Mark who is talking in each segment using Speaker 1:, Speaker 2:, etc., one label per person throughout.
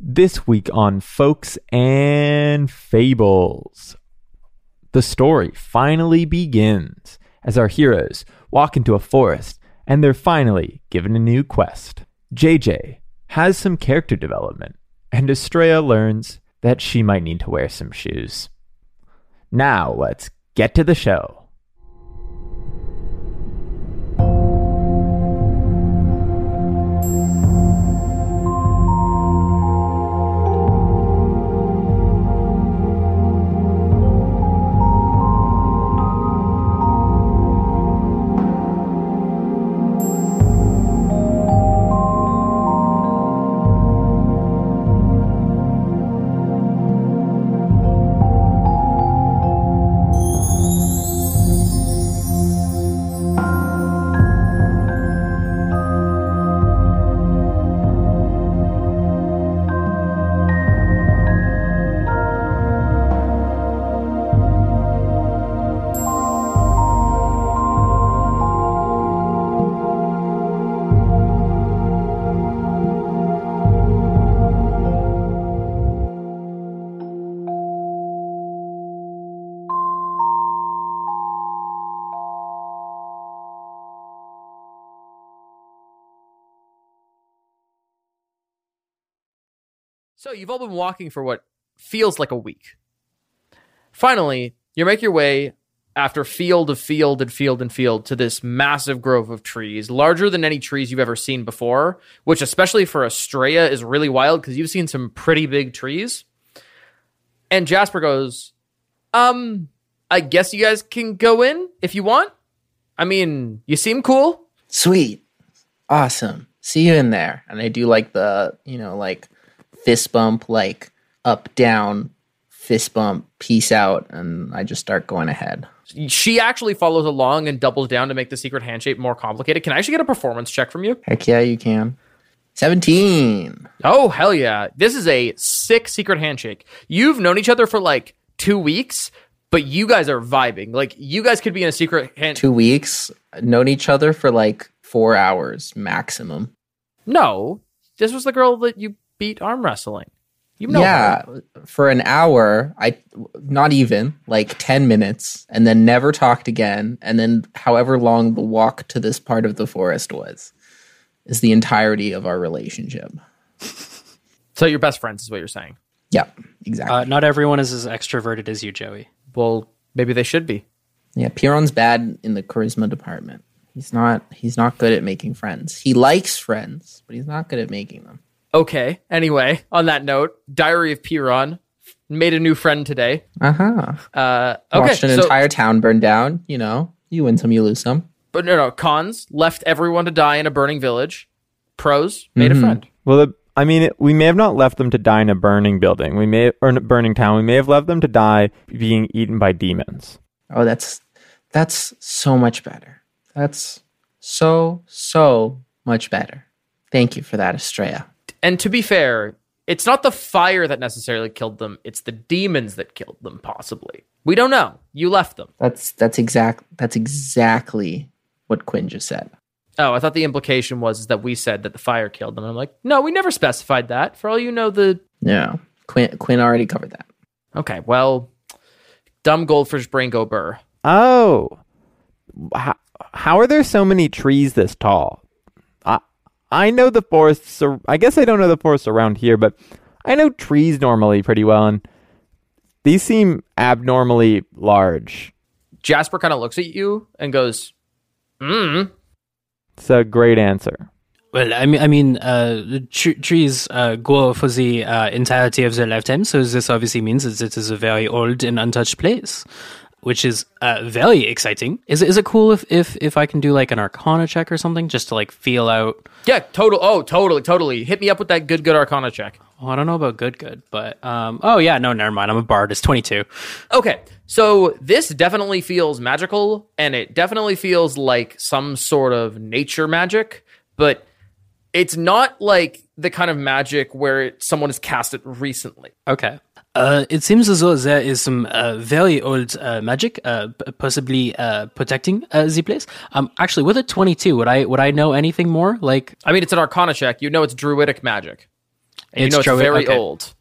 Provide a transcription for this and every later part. Speaker 1: This week on Folks and Fables, the story finally begins as our heroes walk into a forest and they're finally given a new quest. JJ has some character development, and Estrella learns that she might need to wear some shoes. Now, let's get to the show.
Speaker 2: So you've all been walking for what feels like a week. Finally, you make your way after field of field and field and field to this massive grove of trees, larger than any trees you've ever seen before, which especially for Estrella is really wild because you've seen some pretty big trees. And Jasper goes, "Um, I guess you guys can go in if you want. I mean, you seem cool."
Speaker 3: Sweet. Awesome. See you in there. And I do like the, you know, like fist bump, like up, down, fist bump, peace out. And I just start going ahead.
Speaker 2: She actually follows along and doubles down to make the secret handshake more complicated. Can I actually get a performance check from you?
Speaker 3: Heck yeah, you can. 17.
Speaker 2: Oh, hell yeah. This is a sick secret handshake. You've known each other for like two weeks, but you guys are vibing. Like, you guys could be in a secret hand.
Speaker 3: Two weeks. Known each other for like four hours maximum.
Speaker 2: No, this was the girl that you beat arm wrestling. You know her.
Speaker 3: yeah, for an hour, I not even like 10 minutes, and then never talked again. And then, however long the walk to this part of the forest was, is the entirety of our relationship.
Speaker 2: So you're best friends, is what you're saying.
Speaker 3: Yeah, exactly.
Speaker 4: Uh, not everyone is as extroverted as you, Joey.
Speaker 2: Well, maybe they should be.
Speaker 3: yeah, Piron's bad in the charisma department. He's not. He's not good at making friends. He likes friends, but he's not good at making them.
Speaker 2: Okay. Anyway, on that note, Diary of Piron made a new friend today.
Speaker 3: Uh huh.
Speaker 2: Uh, okay.
Speaker 3: Watched an
Speaker 2: so-
Speaker 3: entire town burn down. You know, you win some, you lose some.
Speaker 2: but no, no. Cons left everyone to die in a burning village. Pros made
Speaker 3: Mm-hmm.
Speaker 2: a friend.
Speaker 1: Well, the, I mean, it, we may have not left them to die in a burning building. We may or in a burning town. We may have left them to die being eaten by demons.
Speaker 3: Oh, that's that's so much better. That's so so much better. Thank you for that, Estrella.
Speaker 2: And to be fair, it's not the fire that necessarily killed them, it's the demons that killed them, possibly. We don't know. You left them.
Speaker 3: That's that's exact. That's exactly what Quinn just said.
Speaker 2: Oh, I thought the implication was that we said that the fire killed them. I'm like, no, we never specified that. For all you know, the.
Speaker 3: No, Quinn Quinn already covered that.
Speaker 2: Okay, well, dumb goldfish brain go burr.
Speaker 1: Oh, how, how are there so many trees this tall? I I know the forests. ar- I guess I don't know the forests around here, but I know trees normally pretty well, and these seem abnormally large.
Speaker 2: Jasper kind of looks at you and goes, mm,
Speaker 1: It's a great answer.
Speaker 4: Well, I mean, I mean, uh, the tr- trees uh, grow for the uh, entirety of their lifetime, so this obviously means that it is a very old and untouched place, which is uh, very exciting. Is is it cool if, if if I can do like an Arcana check or something just to like feel out?
Speaker 2: yeah, total. Oh, totally, totally. Hit me up with that good, good arcana check.
Speaker 4: Well, oh, I don't know about good, good, but um, oh yeah, no, never mind. I'm a bard. It's twenty two.
Speaker 2: Okay, so this definitely feels magical, and it definitely feels like some sort of nature magic, but it's not like the kind of magic where it, someone has cast it recently.
Speaker 4: Okay. Uh, it seems as though there is some uh, very old uh, magic, uh, p- possibly uh, protecting uh, the place. Um, actually, with a twenty-two, would I would I know anything more? Like,
Speaker 2: I mean, it's an arcana check. You know it's druidic magic. And
Speaker 4: It's
Speaker 2: you know it's
Speaker 4: Troe-
Speaker 2: very
Speaker 4: okay.
Speaker 2: old.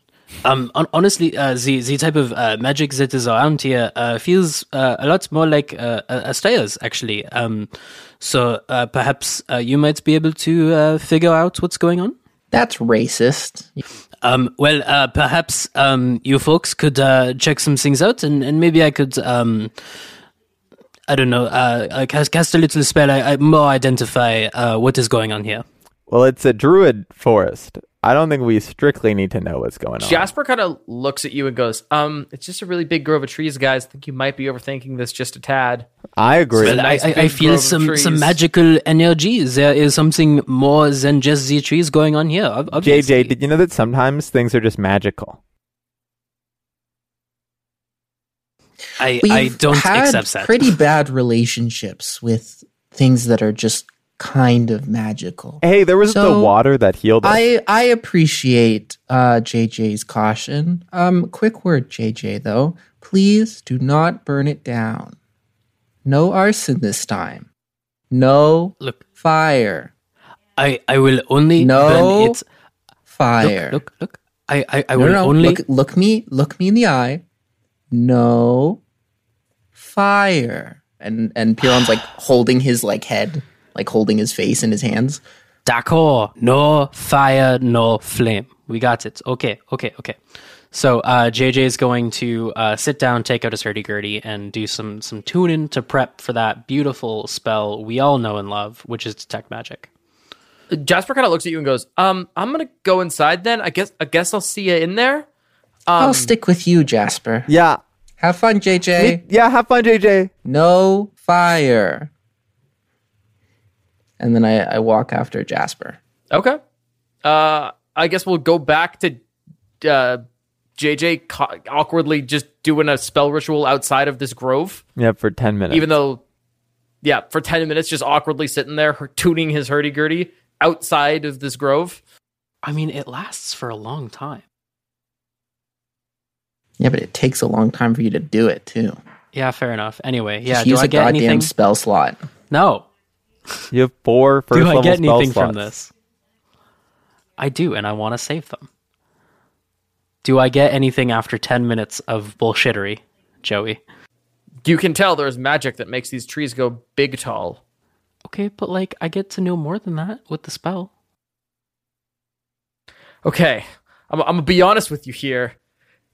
Speaker 4: Um, hon- honestly, uh, the the type of uh, magic that is around here uh, feels uh, a lot more like uh, a- Astea's, actually. Um, so uh, perhaps uh, you might be able to uh, figure out what's going on.
Speaker 3: That's racist.
Speaker 4: Um, well, uh, perhaps um, you folks could uh, check some things out, and, and maybe I could, um, I don't know, uh, uh, cast, cast a little spell. I, I more identify uh, what is going on here.
Speaker 5: Well, it's a druid forest. I don't think we strictly need to know what's
Speaker 4: uh,
Speaker 5: going on.
Speaker 2: Jasper kind of looks at you and goes, "Um, it's just a really big grove of trees, guys. I think you might be overthinking this just a tad."
Speaker 5: I agree.
Speaker 4: Well,
Speaker 2: nice
Speaker 4: I, I, I
Speaker 2: big
Speaker 4: feel
Speaker 2: grove of
Speaker 4: some, some
Speaker 2: trees.
Speaker 4: magical energy. There is something more than just the trees going on here. ob- Obviously.
Speaker 5: JJ, did you know that sometimes things are just magical?
Speaker 4: I,
Speaker 3: We've
Speaker 4: I don't
Speaker 3: had
Speaker 4: accept that.
Speaker 3: pretty bad relationships with things that are just kind of magical.
Speaker 5: Hey, there was the
Speaker 3: So,
Speaker 5: water that healed us.
Speaker 3: I I appreciate uh, JJ's caution. Um, quick word, JJ though. Please do not burn it down. No arson this time. No
Speaker 4: Look.
Speaker 3: fire.
Speaker 4: I, I will only
Speaker 3: No
Speaker 4: burn it.
Speaker 3: Fire.
Speaker 4: Look, look, look. I, I, I
Speaker 3: No,
Speaker 4: will
Speaker 3: no, no.
Speaker 4: only.
Speaker 3: Look, look me, look me in the eye. No fire. And and Piron's like holding his like head, like holding his face in his hands.
Speaker 4: D'accord. No fire, no flame. We got it. Okay, okay, okay. So uh, JJ is going to uh, sit down, take out his hurdy gurdy, and do some some tuning to prep for that beautiful spell we all know and love, which is detect magic.
Speaker 2: Jasper kind of looks at you and goes, "Um, I'm gonna go inside then. I guess I guess I'll see you in there."
Speaker 4: Um,
Speaker 3: I'll stick with you, Jasper.
Speaker 5: yeah.
Speaker 3: Have fun, JJ.
Speaker 5: Yeah, have fun, JJ.
Speaker 3: no fire. And then I, I walk after Jasper.
Speaker 2: Okay. Uh, I guess we'll go back to uh, JJ ca- awkwardly just doing a spell ritual outside of this grove,
Speaker 5: Yeah, for 10 minutes.
Speaker 2: even though, yeah, for 10 minutes, just awkwardly sitting there, her- tuning his hurdy-gurdy outside of this grove.
Speaker 4: I mean, it lasts for a long time.
Speaker 3: Yeah, but it takes a long time for you to do it too.
Speaker 4: Yeah, fair enough. Anyway, yeah.
Speaker 3: Just
Speaker 4: Do
Speaker 3: use a
Speaker 4: I get
Speaker 3: goddamn
Speaker 4: anything?
Speaker 3: spell slot.
Speaker 4: no.
Speaker 5: you have four first
Speaker 4: Do I
Speaker 5: level
Speaker 4: get
Speaker 5: spell
Speaker 4: anything from
Speaker 5: slots.
Speaker 4: this? I do, and I want to save them. Do I get anything after ten minutes of bullshittery, Joey?
Speaker 2: You can tell there's magic that makes these trees go big tall.
Speaker 4: Okay, but like I get to know more than that with the spell.
Speaker 2: Okay, I'm, I'm gonna be honest with you here.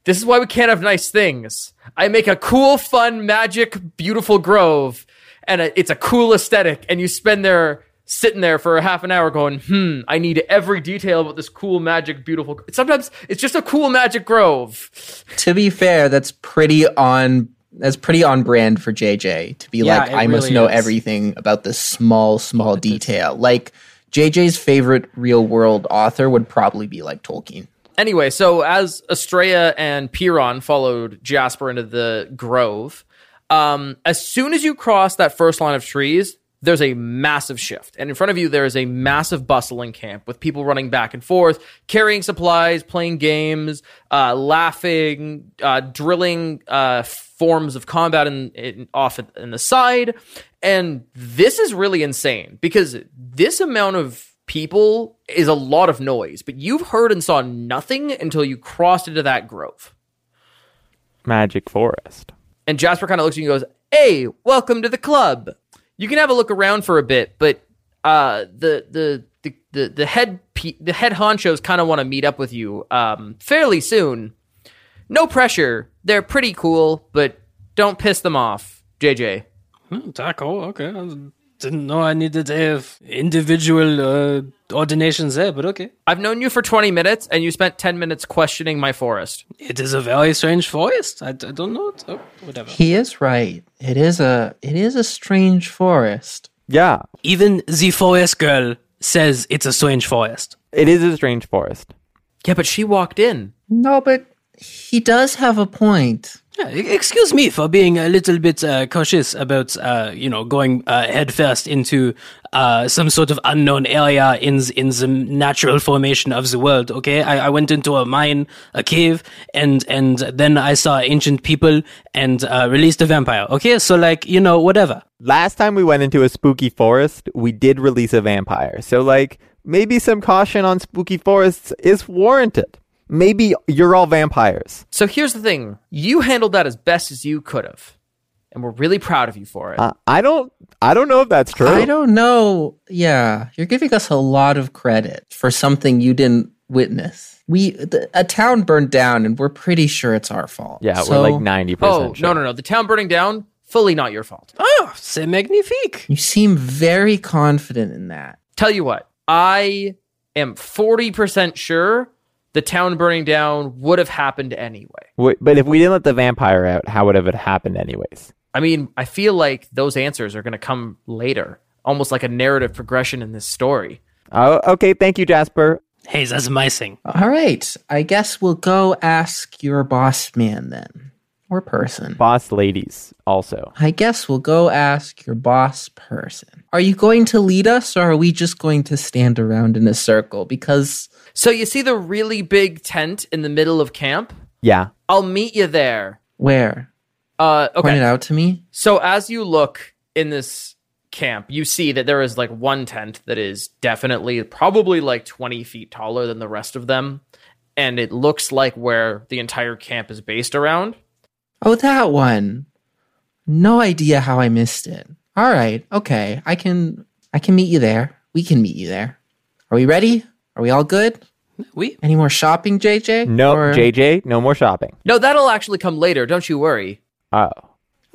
Speaker 2: This is why we can't have nice things. I make a cool, fun, magic, beautiful grove, and a, it's a cool aesthetic. And you spend there sitting there for a half an hour going, hmm, I need every detail about this cool, magic, beautiful. gr-" Sometimes it's just a cool, magic grove.
Speaker 3: to be fair, that's pretty on that's pretty on brand for JJ to be
Speaker 4: Yeah,
Speaker 3: like,
Speaker 4: it
Speaker 3: I must
Speaker 4: really
Speaker 3: know
Speaker 4: is.
Speaker 3: everything about this small, small detail. Like JJ's favorite real world author would probably be like Tolkien.
Speaker 2: Anyway, so as Estrella and Piron followed Jasper into the grove, um, as soon as you cross that first line of trees, there's a massive shift. And in front of you, there is a massive bustling camp with people running back and forth, carrying supplies, playing games, uh, laughing, uh, drilling uh, forms of combat in, in, off in- in the side. And this is really insane because this amount of people is a lot of noise, but you've heard and saw nothing until you crossed into that grove.
Speaker 5: Magic forest.
Speaker 2: And Jasper kind of looks at you and goes, "Hey, welcome to the club. You can have a look around for a bit, but uh, the the the the, the head pe- the head honchos kind of want to meet up with you um, fairly soon. No pressure. They're pretty cool, but don't piss them off, JJ."
Speaker 4: Taco, Hmm, oh, okay. I didn't know I needed to have individual uh, ordinations there, but okay.
Speaker 2: I've known you for 20 minutes and you spent 10 minutes questioning my forest.
Speaker 4: It is a very strange forest. I, I don't know. It. Oh, whatever.
Speaker 3: He is right. It is a it is a strange forest.
Speaker 5: Yeah,
Speaker 4: Even the forest girl says it's a strange forest.
Speaker 5: it is a strange forest.
Speaker 2: Yeah, but she walked in.
Speaker 3: No, but he does have a point.
Speaker 4: Yeah, e- excuse me for being a little bit uh, cautious about, uh, you know, going uh, headfirst into uh, some sort of unknown area in th- in the natural formation of the world. Okay, I, I went into a mine, a cave, and and then I saw ancient people and uh, released a vampire. Okay, so like you know, whatever.
Speaker 5: Last time we went into a spooky forest, we did release a vampire. So, like,
Speaker 1: maybe some caution on spooky forests is warranted. Maybe you're all vampires.
Speaker 2: So here's the thing you handled that as best as you could have. And we're really proud of you for it.
Speaker 1: Uh, I don't. I don't know if that's true.
Speaker 3: I don't know. Yeah, you're giving us a lot of credit for something you didn't witness. We the, a town burned down, and we're pretty sure it's our fault.
Speaker 1: Yeah,
Speaker 3: So,
Speaker 1: we're like ninety percent.
Speaker 2: oh, no, no, no. The town burning down, fully not your fault.
Speaker 4: Oh, c'est magnifique.
Speaker 3: You seem very confident in that.
Speaker 2: Tell you what, I am 40% sure the town burning down would have happened anyway.
Speaker 1: Wait, but if we didn't let the vampire out, how would it have happened anyways?
Speaker 2: I mean, I feel like those answers are going to come later, almost like a narrative progression in this story.
Speaker 1: Oh, okay. Thank you, Jasper.
Speaker 4: Hey, that's my thing.
Speaker 3: All right, I guess we'll go ask your boss man then, or person.
Speaker 1: Boss ladies also.
Speaker 3: I guess we'll go ask your boss person. Are you going to lead us, or are we just going to stand around in a circle? Because
Speaker 2: So you see the really big tent in the middle of camp?
Speaker 1: Yeah.
Speaker 2: I'll meet you there.
Speaker 3: where?
Speaker 2: Uh, okay.
Speaker 3: Point it out to me.
Speaker 2: So as you look in this camp, you see that there is like one tent that is definitely probably like 20 feet taller than the rest of them. And it looks like where the entire camp is based around.
Speaker 3: Oh, that one. No idea how I missed it. All right. Okay. I can I can meet you there. We can meet you there. Are we ready? Are we all good?
Speaker 4: We
Speaker 3: Any more shopping, JJ?
Speaker 1: No,
Speaker 3: Or-
Speaker 1: JJ. No more shopping.
Speaker 2: No, that'll actually come later. Don't you worry.
Speaker 1: Oh,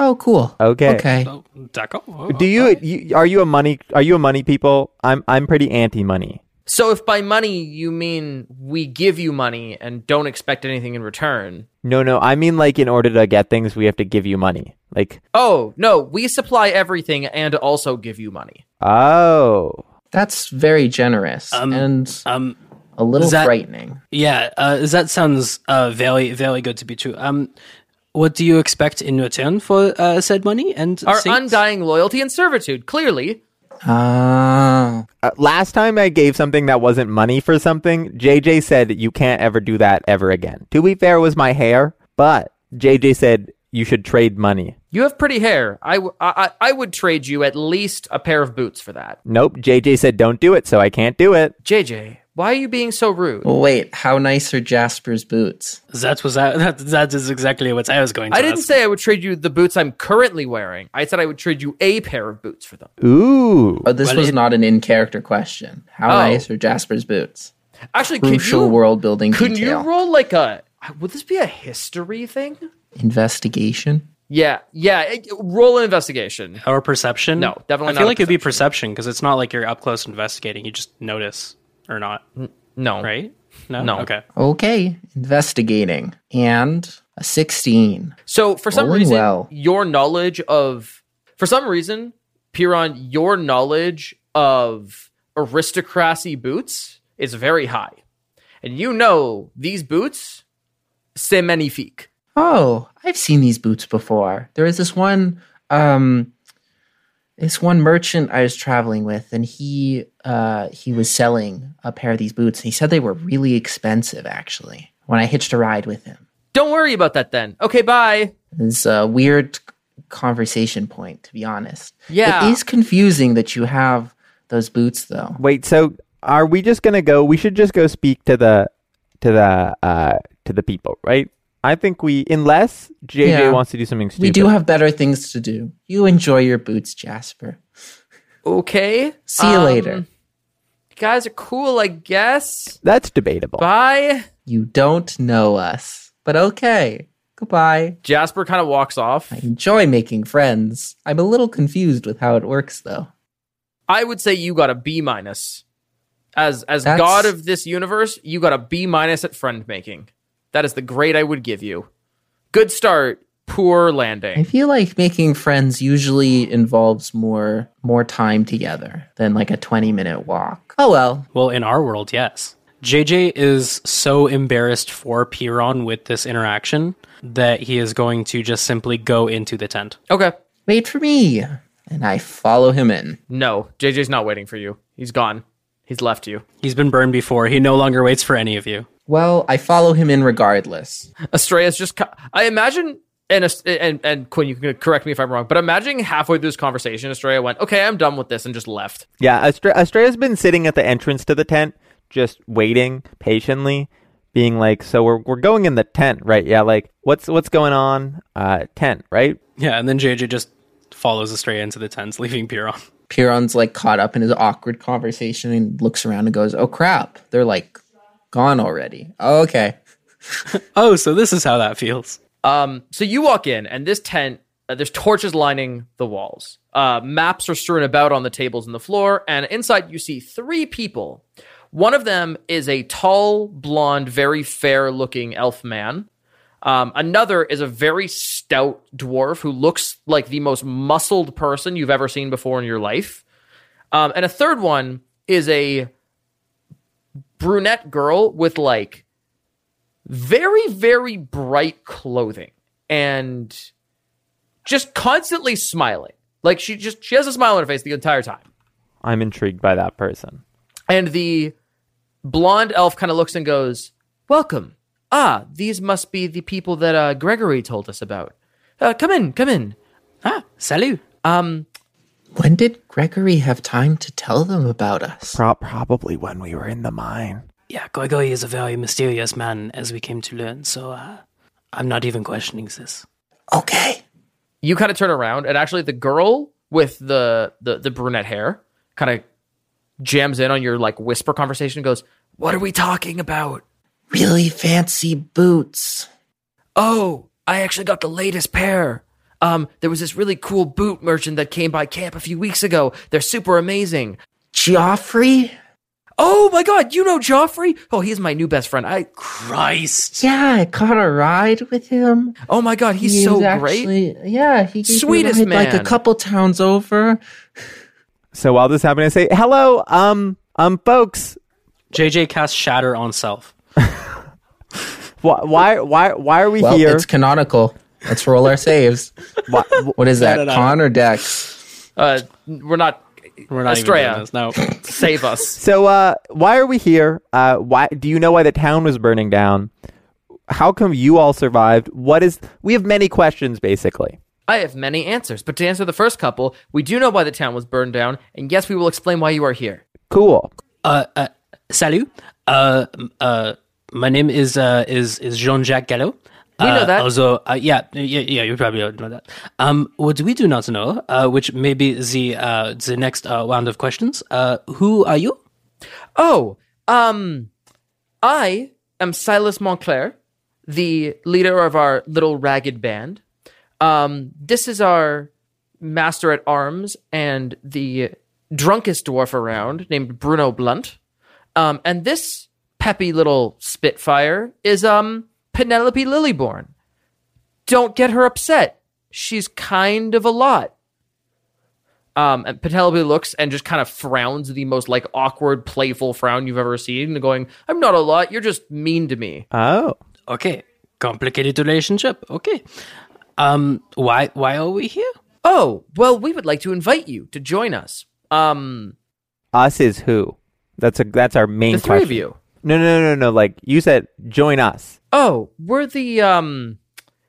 Speaker 3: Oh, cool.
Speaker 1: okay.
Speaker 3: Okay.
Speaker 4: oh, d'accord. Oh,
Speaker 1: Do you, you? Are you a money? Are you a money people? I'm. I'm pretty anti money.
Speaker 2: So if by money you mean we give you money and don't expect anything in return.
Speaker 1: No, no. I mean, like, in order to get things, we have to give you money. Like,
Speaker 2: Oh, no, we supply everything and also give you money.
Speaker 1: oh,
Speaker 3: That's very generous and
Speaker 4: um,
Speaker 3: a little
Speaker 4: is that-
Speaker 3: frightening.
Speaker 4: yeah, uh, that sounds uh, very, very good to be true. Um, what do you expect in return for uh, said money and
Speaker 2: Our
Speaker 4: things?
Speaker 2: undying loyalty and servitude, clearly.
Speaker 3: Ah.
Speaker 1: Uh, last time I gave something that wasn't money for something, JJ said you can't ever do that ever again. To be fair, it was my hair, but JJ said you should trade money.
Speaker 2: You have pretty hair. I, w- I, I- I would trade you at least a pair of boots for that.
Speaker 1: Nope, JJ said don't do it, so I can't do it.
Speaker 2: JJ, why are you being so rude?
Speaker 3: Well, wait. How nice are Jasper's boots?
Speaker 4: That was uh, that. That is exactly what I was going to.
Speaker 2: I didn't
Speaker 4: ask.
Speaker 2: say I would trade you the boots I'm currently wearing. I said I would trade you a pair of boots for them.
Speaker 1: Ooh.
Speaker 3: Oh, this
Speaker 4: Well,
Speaker 3: was
Speaker 4: it-
Speaker 3: not an in-character question. How
Speaker 2: Oh.
Speaker 3: nice are Jasper's boots?
Speaker 2: Actually, could
Speaker 3: Crucial
Speaker 2: you
Speaker 3: world building
Speaker 2: could you
Speaker 3: detail.
Speaker 2: roll like a would this be a history thing?
Speaker 3: Investigation.
Speaker 2: Yeah, yeah. eh, Roll an investigation.
Speaker 4: Or perception?
Speaker 2: No, definitely
Speaker 4: I feel
Speaker 2: not a
Speaker 4: like it'd be perception because it's not like you're up close investigating. You just notice or not,
Speaker 2: No,
Speaker 4: right? No.
Speaker 2: No.
Speaker 4: Okay.
Speaker 3: Okay, investigating. And a 16.
Speaker 2: So for some
Speaker 3: Rolling
Speaker 2: reason,
Speaker 3: well.
Speaker 2: your knowledge of for some reason, Piran, your knowledge of aristocracy boots is very high, and you know these boots, c'est magnifique.
Speaker 3: Oh, I've seen these boots before. There was this one um this one merchant I was traveling with and he uh he was selling a pair of these boots and he said they were really expensive actually when I hitched a ride with him.
Speaker 2: Don't worry about that then. Okay, bye.
Speaker 3: It's a weird conversation point to be honest.
Speaker 2: Yeah.
Speaker 3: It is confusing that you have those boots though.
Speaker 1: Wait, so are we just gonna go? We should just go speak to the to the uh to the people, right? I think we, unless JJ
Speaker 3: Yeah.
Speaker 1: wants to do something stupid.
Speaker 3: We do have better things to do. You enjoy your boots, Jasper.
Speaker 2: Okay.
Speaker 3: See you
Speaker 2: Um,
Speaker 3: later.
Speaker 2: You guys are cool, I guess.
Speaker 1: That's debatable.
Speaker 2: Bye.
Speaker 3: You don't know us, but okay. Goodbye.
Speaker 2: Jasper kind of walks off.
Speaker 3: I enjoy making friends. I'm a little confused with how it works, though.
Speaker 2: I would say you got a B minus. As as
Speaker 3: That's-
Speaker 2: god of this universe, you got a B minus at friend making. That is the grade I would give you. Good start, poor
Speaker 3: I
Speaker 2: landing.
Speaker 3: feel like making friends usually involves more more time together than like a 20 minute walk. Oh well.
Speaker 4: Well, in our world, yes. JJ is so embarrassed for Piron with this interaction that he is going to just simply go into the tent.
Speaker 2: Okay.
Speaker 3: Wait for me. And I follow him in.
Speaker 2: No, JJ's not waiting for you. He's gone. He's left you.
Speaker 4: He's been burned before. He no longer waits for any of you.
Speaker 3: Well, I follow him in regardless.
Speaker 2: Estrella's just. Ca- I imagine and Ast- and and Quinn, you can correct me if I'm wrong, but imagining halfway through this conversation, Estrella went, "Okay, I'm done with this," and just left.
Speaker 5: Yeah, Astra- Estrella's been sitting at the entrance to the tent, just waiting patiently, being like, "So we're we're going in the tent, right? Yeah, like what's what's going on? Uh, tent, right?
Speaker 4: Yeah, and then JJ just follows Estrella into the tents, leaving Piron.
Speaker 3: Piron's like caught up in his awkward conversation and looks around and goes, "Oh crap, they're like gone already." Oh, okay,
Speaker 4: Oh, so this is how that feels.
Speaker 2: Um, so you walk in, and this tent, uh, there's torches lining the walls. Uh, maps are strewn about on the tables and the floor, and inside you see three people. One of them is a tall, blonde, very fair looking elf man. Um, another is a very stout dwarf who looks like the most muscled person you've ever seen before in your life. Um, and a third one is a brunette girl with like very, very bright clothing and just constantly smiling. Like she just she has a smile on her face the entire time.
Speaker 5: I'm intrigued by that person.
Speaker 2: And the blonde elf kind of looks and goes, Welcome. Ah, these must be the people that uh, Gregory told us about. Uh, come in, come in. Um,
Speaker 4: Ah, salut.
Speaker 3: when did Gregory have time to tell them about us?
Speaker 5: Pro- probably when we were in the mine.
Speaker 4: Yeah, Goigoi is a very mysterious man, as we came to learn, so uh, I'm not even questioning this.
Speaker 3: Okay,
Speaker 2: You kind of turn around, and actually, the girl with the the, the brunette hair kind of jams in on your like whisper conversation and goes, What are we talking about?
Speaker 3: really fancy boots.
Speaker 2: oh, I actually got the latest pair. Um, there was this really cool boot merchant that came by camp a few weeks ago. They're super amazing.
Speaker 3: Joffrey?
Speaker 2: Oh my god, you know Joffrey? Oh, he's my new best friend. I
Speaker 4: Christ!
Speaker 3: Yeah, I caught a ride with him.
Speaker 2: oh my god, he's
Speaker 3: He
Speaker 2: so
Speaker 3: was
Speaker 2: great.
Speaker 3: actually- Yeah, he gave me a
Speaker 2: Sweetest
Speaker 3: ride, like a
Speaker 2: man.
Speaker 3: couple towns over.
Speaker 5: So while this happened, I say, "Hello, um, um, folks.
Speaker 4: JJ casts Shatter on self.
Speaker 5: Why why why why are we
Speaker 3: Well,
Speaker 5: here?
Speaker 3: it's canonical. Let's roll our saves.
Speaker 5: Why-
Speaker 3: What is that?
Speaker 4: no, no.
Speaker 3: Con or Dex?
Speaker 2: Uh, we're not.
Speaker 4: We're not
Speaker 2: Estrella,
Speaker 4: even doing this. No.
Speaker 2: save us.
Speaker 5: So uh, why are we here? Uh, why do you know why the town was burning down? How come you all survived? What is? We have many questions, basically.
Speaker 2: I have many answers, but to answer the first couple, we do know why the town was burned down, and yes, we will explain why you are here.
Speaker 5: Cool.
Speaker 4: uh, uh, salut. Uh, m- uh, my name is uh, is is Jean Jacques Gallo. We
Speaker 2: know that.
Speaker 4: Also, uh, yeah, yeah, yeah, you probably don't know that. Um, what we do not know, uh, which may be the uh, the next uh, round of questions. Uh, who are you?
Speaker 2: Oh, um, I am Silas Montclair, the leader of our little ragged band. Um, this is our master at arms and the drunkest dwarf around named Bruno Blunt. Um, and this peppy little spitfire is, um, Penelope Lilyborn. Don't get her upset. She's kind of a lot. Um, and Penelope looks and just kind of frowns the most like awkward, playful frown you've ever seen, and going, "I'm not a lot. You're just mean to me."
Speaker 5: Oh,
Speaker 4: Okay, complicated relationship. Okay, um, why why are we here?
Speaker 2: Oh, well, we would like to invite you to join us. Um,
Speaker 5: us is who? That's a that's our main.
Speaker 2: the three
Speaker 5: question.
Speaker 2: of you.
Speaker 5: No, no, no, no. Like you said, join us.
Speaker 2: Oh, we're the um.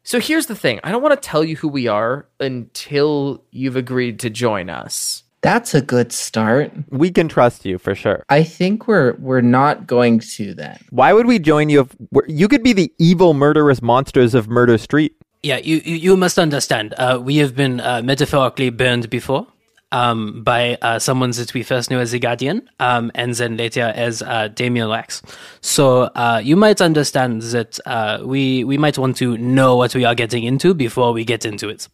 Speaker 2: So here's the thing. I don't want to tell you who we are until you've agreed to join us.
Speaker 3: That's a good start.
Speaker 5: We can trust you for sure.
Speaker 3: I think we're we're not going to then.
Speaker 5: Why would we join you if we're, you could be the evil, murderous monsters of Murder Street?
Speaker 4: Yeah, you, you, you must understand. Uh, we have been uh, metaphorically burned before um, by uh, someone that we first knew as the Guardian um, and then later as uh, Damien Lax. So uh, you might understand that uh, we, we might want to know what we are getting into before we get into it.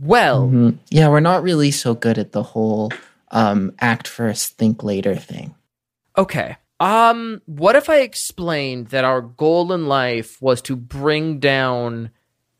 Speaker 2: Well,
Speaker 3: Mm, Yeah, we're not really so good at the whole um, act first, think later thing.
Speaker 2: Okay. Um, what if I explained that our goal in life was to bring down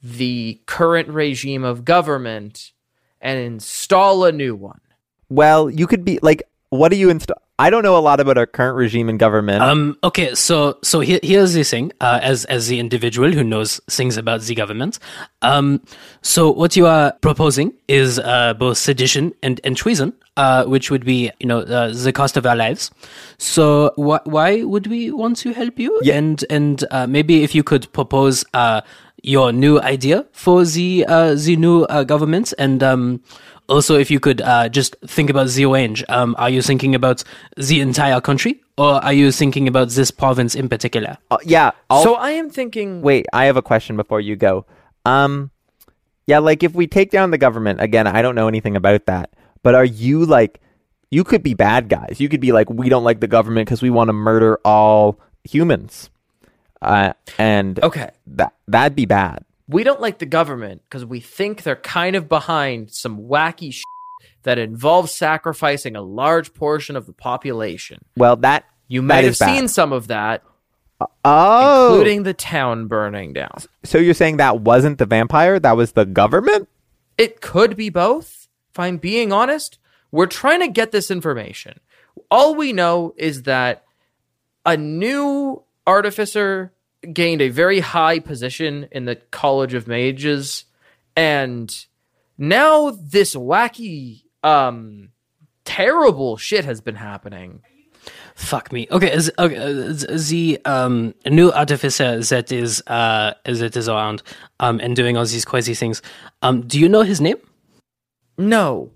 Speaker 2: the current regime of government and install a new one?
Speaker 5: Well, you could be like. What do you insta I don't know a lot about our current regime and government.
Speaker 4: Um, okay, so so here, here's the thing. Uh, as as the individual who knows things about the government, um, so what you are proposing is uh, both sedition and and treason, uh, which would be you know uh, the cost of our lives. So wh- why would we want to help you? And and uh, maybe if you could propose uh, your new idea for the uh, the new uh, government, and um, also if you could uh, just think about the range. Um, are you thinking about the entire country, or are you thinking about this province in particular?
Speaker 1: Uh, yeah. I'll,
Speaker 2: so I am thinking.
Speaker 1: wait, I have a question before you go. Um, yeah, like if we take down the government again, I don't know anything about that. But are you like, you could be bad guys. You could be like, we don't like the government because we want to murder all humans, uh, and
Speaker 2: Okay.
Speaker 1: that that'd be bad.
Speaker 2: we don't like the government because we think they're kind of behind some wacky shit that involves sacrificing a large portion of the population.
Speaker 1: Well, that
Speaker 2: You
Speaker 1: that
Speaker 2: might have
Speaker 1: is bad.
Speaker 2: seen some of that,
Speaker 1: Oh,
Speaker 2: including the town burning down.
Speaker 1: so you're saying that wasn't the vampire? That was the government?
Speaker 2: It could be both. If I'm being honest, we're trying to get this information. All we know is that a new artificer gained a very high position in the College of Mages, and now this wacky, um, terrible shit has been happening.
Speaker 4: Fuck me. Okay, is, okay uh, the um, new artificer that is uh, that is around um, and doing all these crazy things. Um, do you know his name?
Speaker 2: No,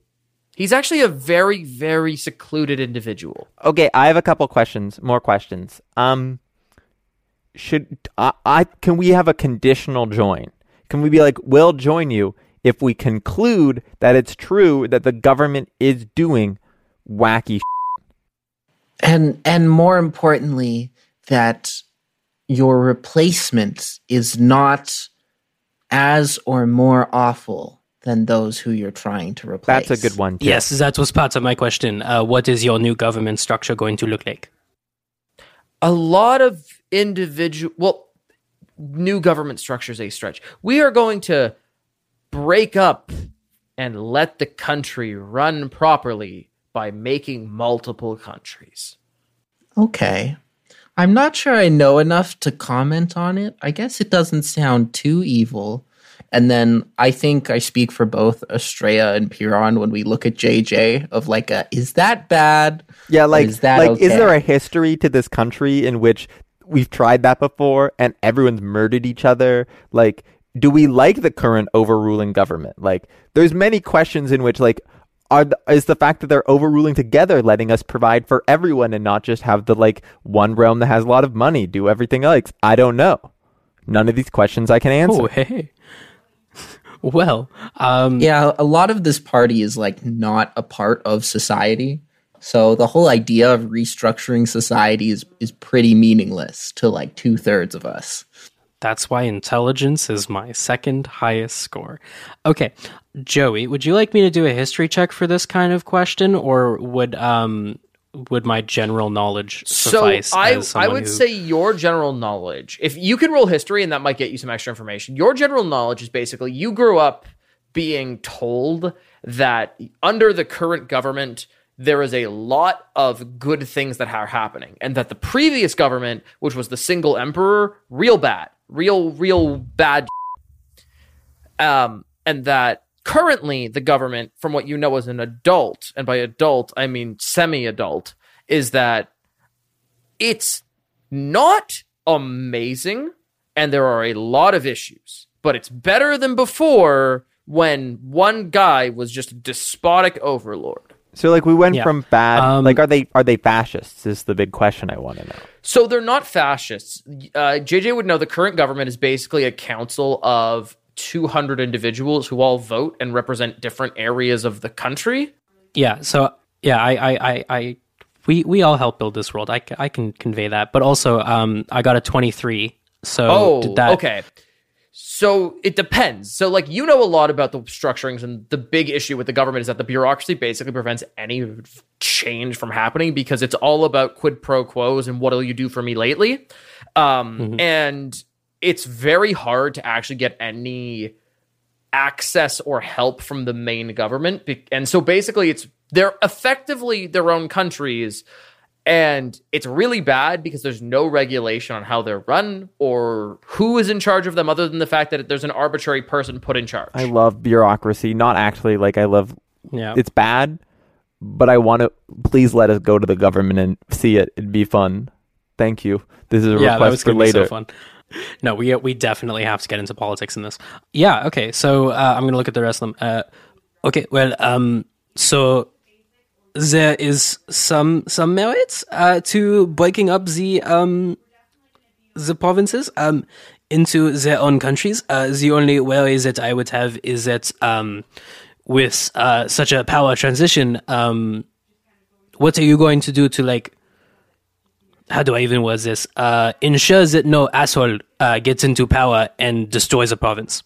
Speaker 2: he's actually a very, very secluded individual.
Speaker 1: Okay, I have a couple questions, more questions. Um should I, I can we have a conditional join? Can we be like we'll join you if we conclude that it's true that the government is doing wacky sh-
Speaker 3: and and more importantly that your replacement is not as or more awful than those who you're trying to replace
Speaker 1: That's a good one too.
Speaker 4: Yes, that was part of my question. Uh, what is your new government structure going to look like?
Speaker 2: a lot of individual well new government structures a stretch we are going to break up and let the country run properly by making multiple countries
Speaker 3: okay i'm not sure i know enough to comment on it i guess it doesn't sound too evil and then i think i speak for both Estrella and Piran when we look at jj of like a is that bad
Speaker 1: Yeah,
Speaker 3: Or
Speaker 1: like
Speaker 3: is that
Speaker 1: like is
Speaker 3: okay?
Speaker 1: there a history to this country in which we've tried that before and everyone's murdered each other? Like do we like the current overruling government? Like there's many questions in which like are the, is the fact that they're overruling together letting us provide for everyone and not just have the like one realm that has a lot of money do everything else? I don't know. None of these questions I can answer.
Speaker 4: Oh, hey. Well, um,
Speaker 3: Yeah, a lot of this party is like not a part of society. So the whole idea of restructuring society is, is pretty meaningless to like two thirds of us.
Speaker 4: that's why intelligence is my second highest score. Okay, Joey, would you like me to do a history check for this kind of question, or would um would my general knowledge suffice?
Speaker 2: so i,
Speaker 4: as
Speaker 2: I
Speaker 4: someone
Speaker 2: would
Speaker 4: who-
Speaker 2: say your general knowledge if you can roll history and that might get you some extra information your general knowledge is basically you grew up being told that under the current government there is a lot of good things that are happening and that the previous government which was the single emperor real bad real real bad um, and that currently the government, from what you know as an adult, and by adult I mean semi-adult, is that it's not amazing, and there are a lot of issues, but it's better than before when one guy was just a despotic overlord.
Speaker 1: So like we went
Speaker 4: Yeah.
Speaker 1: from bad
Speaker 4: Um,
Speaker 1: like are they are they fascists is the big question I want to know.
Speaker 2: So they're not fascists. Uh, JJ would know the current government is basically a council of 200 individuals who all vote and represent different areas of the country.
Speaker 4: yeah so yeah i i i, I we, we all help build this world. I, c- I can convey that, but also um, I got a twenty three. So
Speaker 2: Oh,
Speaker 4: did that,
Speaker 2: okay. So it depends. So, like, you know a lot about the structurings, and the big issue with the government is that the bureaucracy basically prevents any change from happening because it's all about quid pro quos and what'll you do for me lately. Um,
Speaker 4: Mm-hmm.
Speaker 2: And it's very hard to actually get any access or help from the main government. Be- And so, basically, it's they're effectively their own countries and it's really bad because there's no regulation on how they're run or who is in charge of them other than the fact that there's an arbitrary person put in charge.
Speaker 1: I love bureaucracy, not actually like I love
Speaker 4: Yeah.
Speaker 1: it's bad, but I want to please let us go to the government and see it. It'd be fun. Thank you. This is a
Speaker 4: yeah, that
Speaker 1: request
Speaker 4: was
Speaker 1: for
Speaker 4: gonna be
Speaker 1: later.
Speaker 4: so fun. no, we we definitely have to get into politics in this. Yeah. Okay. So uh, I'm gonna look at the rest of them. Uh, okay. Well. Um. So there is some some merit uh, to breaking up the um the provinces um into their own countries. Uh, the only worry that I would have is that um with uh, such a power transition, um, what are you going to do to like? How do I even word this? Uh, ensure that no asshole uh, gets into power and destroys a province.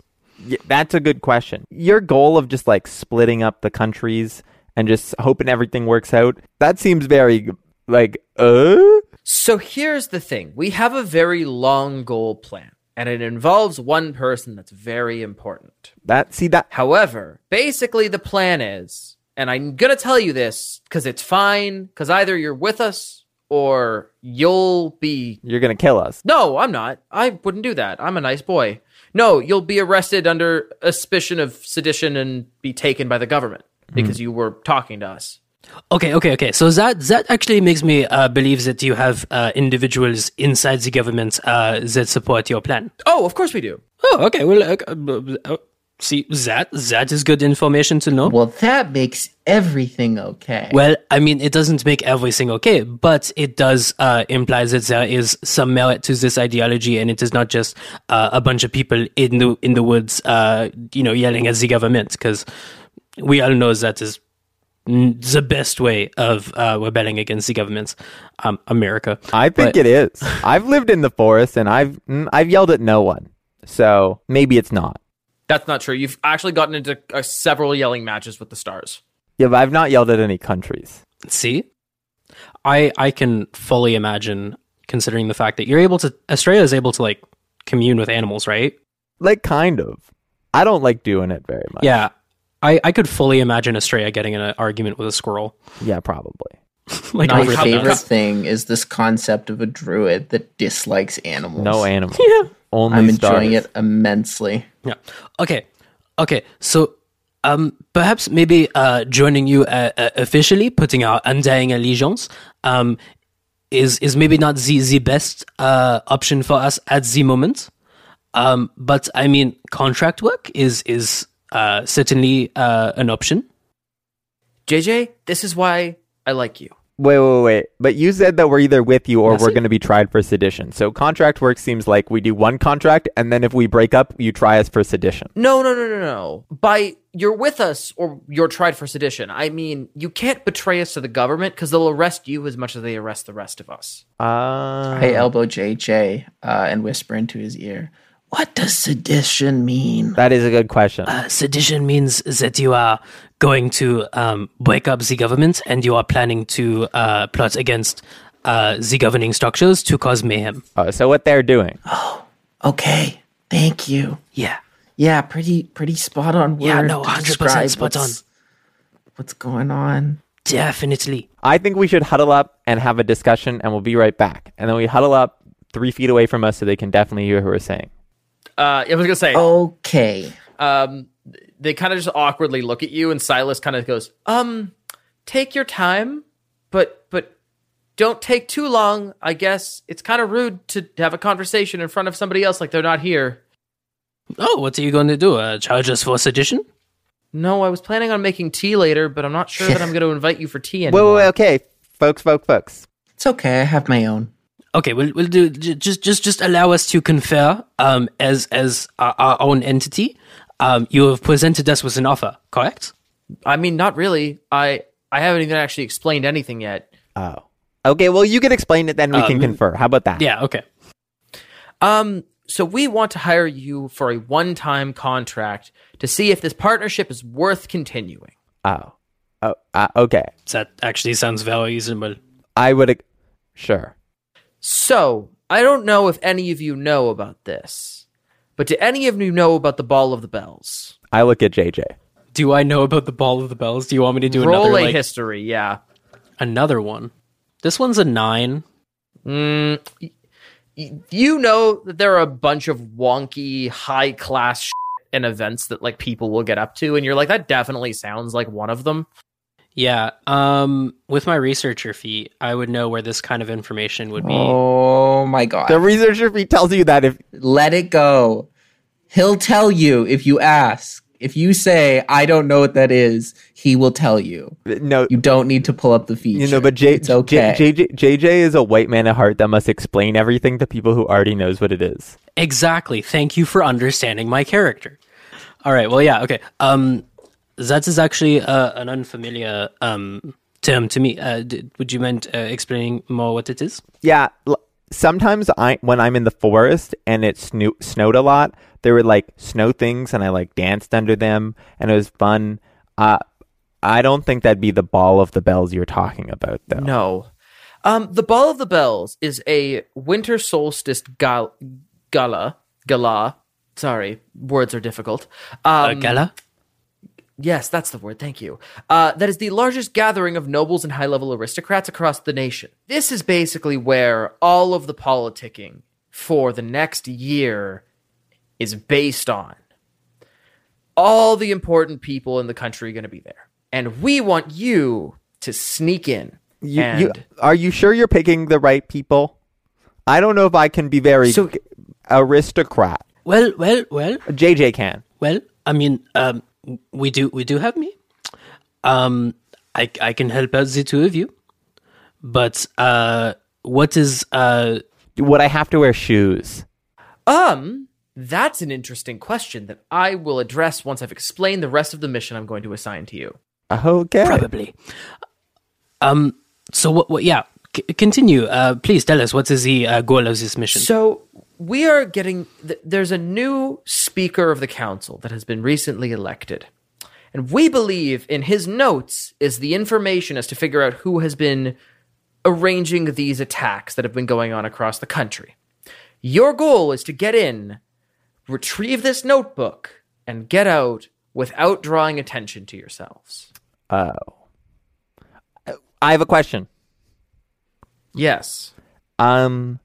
Speaker 1: Y- that's a good question. Your goal of just like splitting up the countries and just hoping everything works out, that seems very like, uh?
Speaker 2: So here's the thing we have a very long goal plan, and it involves one person that's very important.
Speaker 1: That, see, that,
Speaker 2: However, basically, the plan is, and I'm going to tell you this because it's fine, because either you're with us or you'll be.
Speaker 1: you're going to kill us.
Speaker 2: No, I'm not. I wouldn't do that. I'm a nice boy. No, you'll be arrested under suspicion of sedition and be taken by the government because you were talking to us.
Speaker 4: Okay, okay, okay. So that that actually makes me uh, believe that you have uh, individuals inside the government uh, that support your plan.
Speaker 2: Oh, of course we do.
Speaker 4: Oh, okay. Well, uh, uh, uh, see that that is good information to know.
Speaker 3: Well, that makes everything okay.
Speaker 4: Well, I mean, it doesn't make everything okay, but it does uh, imply that there is some merit to this ideology, and it is not just uh, a bunch of people in the in the woods, uh, you know, yelling at the government. Because we all know that is n- the best way of uh, rebelling against the governments, um, America.
Speaker 1: I think it is. I've lived in the forest and I've mm, I've yelled at no one. So maybe it's not.
Speaker 2: That's not true. You've actually gotten into uh, several yelling matches with the stars.
Speaker 1: Yeah, but I've not yelled at any countries.
Speaker 4: See, I I can fully imagine considering the fact that you're able to Australia is able to like commune with animals, right?
Speaker 1: Like kind of. I don't like doing it very much.
Speaker 4: Yeah, I, I could fully imagine Estrella getting in an argument with a squirrel.
Speaker 1: Yeah, probably.
Speaker 4: like
Speaker 3: My
Speaker 4: over
Speaker 2: how-
Speaker 4: the-
Speaker 3: favorite thing is this concept of a druid that dislikes animals.
Speaker 1: No animals.
Speaker 4: Yeah.
Speaker 1: Only
Speaker 3: I'm
Speaker 1: stars.
Speaker 3: enjoying it immensely.
Speaker 4: Yeah. Okay. Okay. So, um, perhaps maybe uh, joining you uh, uh, officially, putting our undying allegiance, um, is is maybe not the the best uh, option for us at the moment. Um, but I mean, contract work is is uh, certainly uh, an option.
Speaker 2: JJ, this is why I like you.
Speaker 1: Wait, wait, wait. But you said that we're either with you or
Speaker 4: That's
Speaker 1: we're
Speaker 4: it.
Speaker 1: going to be tried for sedition. So contract work seems like we do one contract and then if we break up, you try us for sedition.
Speaker 2: No, no, no, no, no. By you're with us or you're tried for sedition. I mean, you can't betray us to the government because they'll arrest you as much as they arrest the rest of us.
Speaker 1: Uh,
Speaker 3: I elbow JJ uh, and whisper into his ear, What does sedition mean?
Speaker 1: that is a good question.
Speaker 4: Uh, sedition means that you are going to um, break up the government and you are planning to uh, plot against uh, the governing structures to cause mayhem.
Speaker 1: Uh, so what they're doing.
Speaker 3: Okay, thank you.
Speaker 4: Yeah.
Speaker 3: Yeah, pretty pretty spot on word.
Speaker 4: Yeah, no,
Speaker 3: to
Speaker 4: 100%
Speaker 3: describe
Speaker 4: spot
Speaker 3: what's- What's going on?
Speaker 4: Definitely.
Speaker 1: I think we should huddle up and have a discussion, and we'll be right back. And then we huddle up three feet away from us so they can definitely hear who we're saying.
Speaker 2: Uh, I was gonna say,
Speaker 3: Okay.
Speaker 2: um, they kind of just awkwardly look at you, and Silas kind of goes, "Um, take your time, but but don't take too long. I guess it's kind of rude to have a conversation in front of somebody else like they're not here."
Speaker 4: Oh, what are you going to do? Uh, charge us for sedition?
Speaker 2: No, I was planning on making tea later, but I'm not sure that I'm going to invite you for tea
Speaker 1: Whoa,
Speaker 2: anymore.
Speaker 1: whoa, whoa, okay, folks, folks, folks.
Speaker 3: It's okay, I have my own.
Speaker 4: Okay, we'll we'll do j- just just just allow us to confer um as as our, our own entity. Um, you have presented us with an offer, correct?
Speaker 2: I mean, not really. I I haven't even actually explained anything yet.
Speaker 1: Oh, okay. Well, you can explain it, then we can
Speaker 4: Um,
Speaker 1: confer. How about that?
Speaker 4: Yeah. Okay.
Speaker 2: Um, so we want to hire you for a one-time contract to see if this partnership is worth continuing.
Speaker 1: Oh, oh, uh, okay.
Speaker 4: That actually sounds very reasonable.
Speaker 1: I would. ag- Sure.
Speaker 2: So I don't know if any of you know about this, but do any of you know about the Ball of the Bells?
Speaker 1: I look at JJ.
Speaker 4: Do I know about the ball of the bells? Do you want me to do
Speaker 2: Roll a
Speaker 4: another like,
Speaker 2: history, yeah.
Speaker 4: another one? This one's a nine.
Speaker 2: Mm, y- y- you know that there are a bunch of wonky, high class shit and events that like people will get up to, and you're like, that definitely sounds like one of them.
Speaker 4: Yeah. Um, with my researcher fee, I would know where this kind of information would be.
Speaker 3: Oh my god.
Speaker 1: The researcher fee tells you that if
Speaker 3: Let it go. He'll tell you if you ask. If you say, I don't know what that is, he will tell you.
Speaker 1: no,
Speaker 3: You don't need to pull up the feature.
Speaker 1: you know, but J,
Speaker 3: it's okay.
Speaker 1: J, J, JJ is a white man at heart that must explain everything to people who already knows what it is.
Speaker 4: Exactly. Thank you for understanding my character. All right. Well, yeah. Okay. Um, that is actually uh, an unfamiliar um term to me. Uh, d- would you mind uh, explaining more what it is?
Speaker 1: Yeah, l- sometimes I when I'm in the forest and it sno- snowed a lot, there were like snow things, and I like danced under them, and it was fun. Uh, I don't think that'd be the ball of the bells you're talking about, though.
Speaker 2: No. Um, the Ball of the Bells is a winter solstice gal- gala. Gala. Sorry, words are difficult.
Speaker 4: Uh,
Speaker 2: Um,
Speaker 4: gala.
Speaker 2: Yes, that's the word. Thank you. Uh, that is the largest gathering of nobles and high level aristocrats across the nation. This is basically where all of the politicking for the next year is based on. All the important people in the country are going to be there. And we want you to sneak in.
Speaker 1: You,
Speaker 2: and
Speaker 1: you are you sure you're picking the right people? I don't know if I can be very
Speaker 2: So-
Speaker 1: g- aristocrat.
Speaker 4: Well, well, well,
Speaker 1: JJ can.
Speaker 4: well. I mean, um, we do we do have me. Um, I I can help out the two of you, but uh, what is uh.
Speaker 1: Would I have to wear shoes?
Speaker 2: Um, that's an interesting question that I will address once I've explained the rest of the mission I'm going to assign to you.
Speaker 1: Oh, Okay.
Speaker 4: probably. Um. So what? What? Yeah. C- continue. Uh, please tell us what is the uh, goal of this mission.
Speaker 2: So we are getting th- there's a new speaker of the council that has been recently elected. And we believe in his notes is the information as to figure out who has been arranging these attacks that have been going on across the country. Your goal is to get in, retrieve this notebook, and get out without drawing attention to yourselves.
Speaker 1: Oh. I have a question.
Speaker 2: Yes.
Speaker 1: Um,